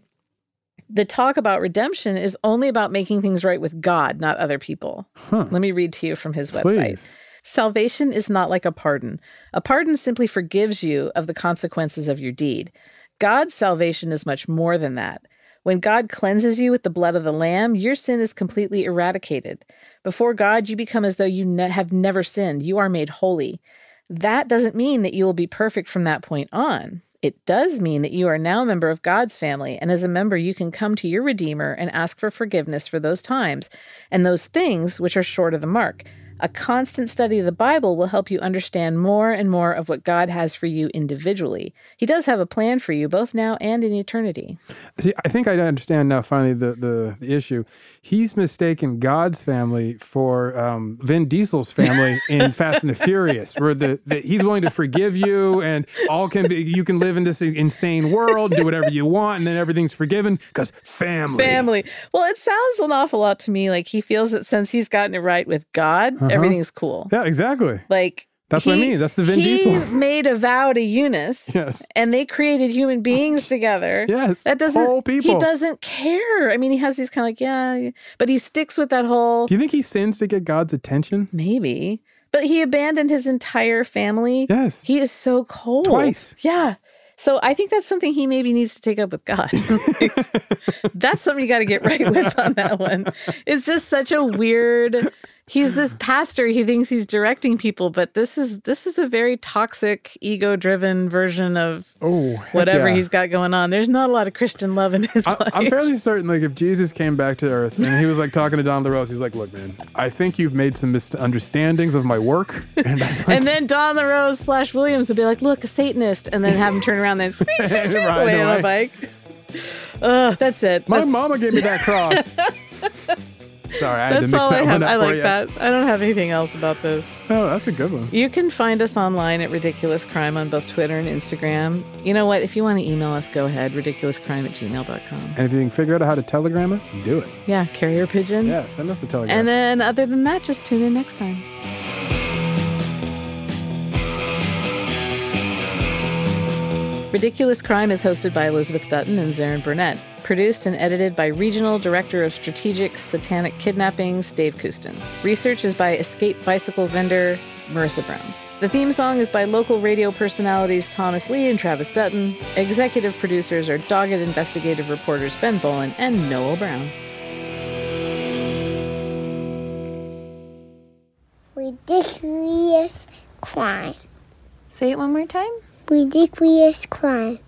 [SPEAKER 6] the talk about redemption is only about making things right with God, not other people. Let me read to you from his website.
[SPEAKER 7] Please.
[SPEAKER 6] Salvation is not like a pardon. A pardon simply forgives you of the consequences of your deed. God's salvation is much more than that. When God cleanses you with the blood of the Lamb, your sin is completely eradicated. Before God, you become as though you ne- have never sinned. You are made holy. That doesn't mean that you will be perfect from that point on. It does mean that you are now a member of God's family, and as a member, you can come to your Redeemer and ask for forgiveness for those times and those things which are short of the mark. A constant study of the Bible will help you understand more and more of what God has for you individually. He does have a plan for you both now and in eternity.
[SPEAKER 7] See, I think I understand now finally the, the, the issue. He's mistaken God's family for um, Vin Diesel's family in Fast and the Furious, where the, the he's willing to forgive you and all can be you can live in this insane world, do whatever you want, and then everything's forgiven because family.
[SPEAKER 6] Family. Well, it sounds an awful lot to me like he feels that since he's gotten it right with God,
[SPEAKER 7] Uh-huh.
[SPEAKER 6] everything's cool.
[SPEAKER 7] Yeah, exactly.
[SPEAKER 6] Like
[SPEAKER 7] That's what I mean. That's the Vin
[SPEAKER 6] he
[SPEAKER 7] Diesel.
[SPEAKER 6] made a vow to Eunice,
[SPEAKER 7] Yes. Oh.
[SPEAKER 6] and they created human beings together.
[SPEAKER 7] Yes,
[SPEAKER 6] that doesn't.
[SPEAKER 7] whole people.
[SPEAKER 6] He doesn't care. I mean, he has these kind of like yeah, but he sticks with that whole.
[SPEAKER 7] Do you think he sins to get God's attention?
[SPEAKER 6] Maybe. But he abandoned his entire family.
[SPEAKER 7] Yes.
[SPEAKER 6] He is so cold.
[SPEAKER 7] Twice.
[SPEAKER 6] Yeah. So I think that's something he maybe needs to take up with God. that's something you got to get right with on that one. It's just such a weird he's this pastor, he thinks he's directing people, but this is this is a very toxic ego-driven version of
[SPEAKER 7] Oh,
[SPEAKER 6] whatever
[SPEAKER 7] yeah.
[SPEAKER 6] he's got going on. There's not a lot of Christian love in his life.
[SPEAKER 7] I'm fairly certain, like, if Jesus came back to Earth and he was like talking to Donald LaRose, he's like, "Look, man, I think you've made some misunderstandings of my work." And I,
[SPEAKER 6] and then Don the Rose slash Williams would be like, "Look, a Satanist," and then have him turn around and squeak, squeak, squeak,
[SPEAKER 7] Ride
[SPEAKER 6] away on
[SPEAKER 7] away.
[SPEAKER 6] a bike. Ugh, that's it.
[SPEAKER 7] my
[SPEAKER 6] That's-
[SPEAKER 7] mama gave me that cross. Sorry, I had to
[SPEAKER 6] That's
[SPEAKER 7] mix
[SPEAKER 6] all I
[SPEAKER 7] that one
[SPEAKER 6] have.
[SPEAKER 7] up
[SPEAKER 6] I
[SPEAKER 7] for
[SPEAKER 6] like
[SPEAKER 7] you.
[SPEAKER 6] that. I don't have anything else about this.
[SPEAKER 7] Oh, that's a good one.
[SPEAKER 6] You can find us online at Ridiculous Crime on both Twitter and Instagram. You know what? If you want to email us, go ahead. RidiculousCrime at gmail.com.
[SPEAKER 7] And if you can figure out how to telegram us, do it.
[SPEAKER 6] Yeah, carrier pigeon.
[SPEAKER 7] Yeah, send us a telegram.
[SPEAKER 6] Mm. And then, other than that, just tune in next time. Ridiculous Crime is hosted by Elizabeth Dutton and Zarin Burnett. Produced and edited by Regional Director of Strategic Satanic Kidnappings, Dave Kustin. Research is by Escape Bicycle Vendor, Marissa Brown. The theme song is by local radio personalities Thomas Lee and Travis Dutton. Executive producers are dogged investigative reporters Ben Bolin and Noel Brown.
[SPEAKER 14] Ridiculous crime.
[SPEAKER 15] Say it one more time.
[SPEAKER 14] Ridiculous crime.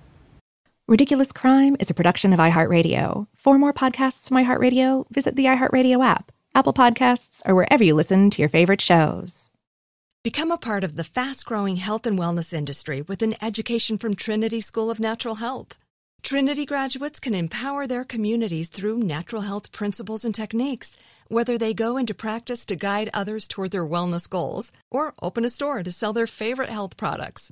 [SPEAKER 5] Ridiculous Crime is a production of iHeartRadio. For more podcasts from iHeartRadio, visit the iHeartRadio app, Apple Podcasts, or wherever you listen to your favorite shows.
[SPEAKER 3] Become a part of the fast growing health and wellness industry with an education from Trinity School of Natural Health. Trinity graduates can empower their communities through natural health principles and techniques, whether they go into practice to guide others toward their wellness goals or open a store to sell their favorite health products.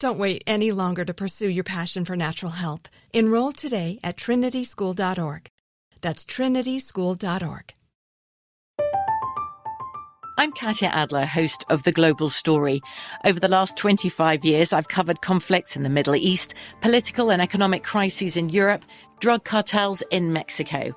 [SPEAKER 3] Don't wait any longer to pursue your passion for natural health. Enroll today at trinityschool.org. That's trinityschool.org.
[SPEAKER 10] I'm Katya Adler, host of The Global Story. Over the last 25 years, I've covered conflicts in the Middle East, political and economic crises in Europe, drug cartels in Mexico.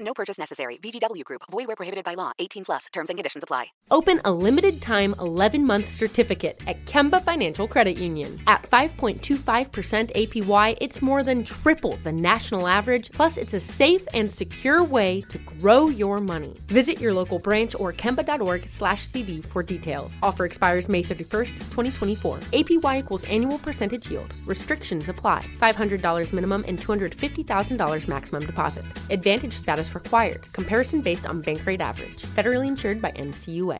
[SPEAKER 3] No purchase necessary. VGW Group. Void where prohibited by law. 18 plus. Terms and conditions apply.
[SPEAKER 8] Open a limited time 11 month certificate at Kemba Financial Credit Union. At 5.25% APY, it's more than triple the national average. Plus, it's a safe and secure way to grow your money. Visit your local branch or kemba.org slash cd for details. Offer expires May 31st, 2024. APY equals annual percentage yield. Restrictions apply. $500 minimum and $250,000 maximum deposit. Advantage status required. Comparison based on bank rate average. Federally insured by NCUA.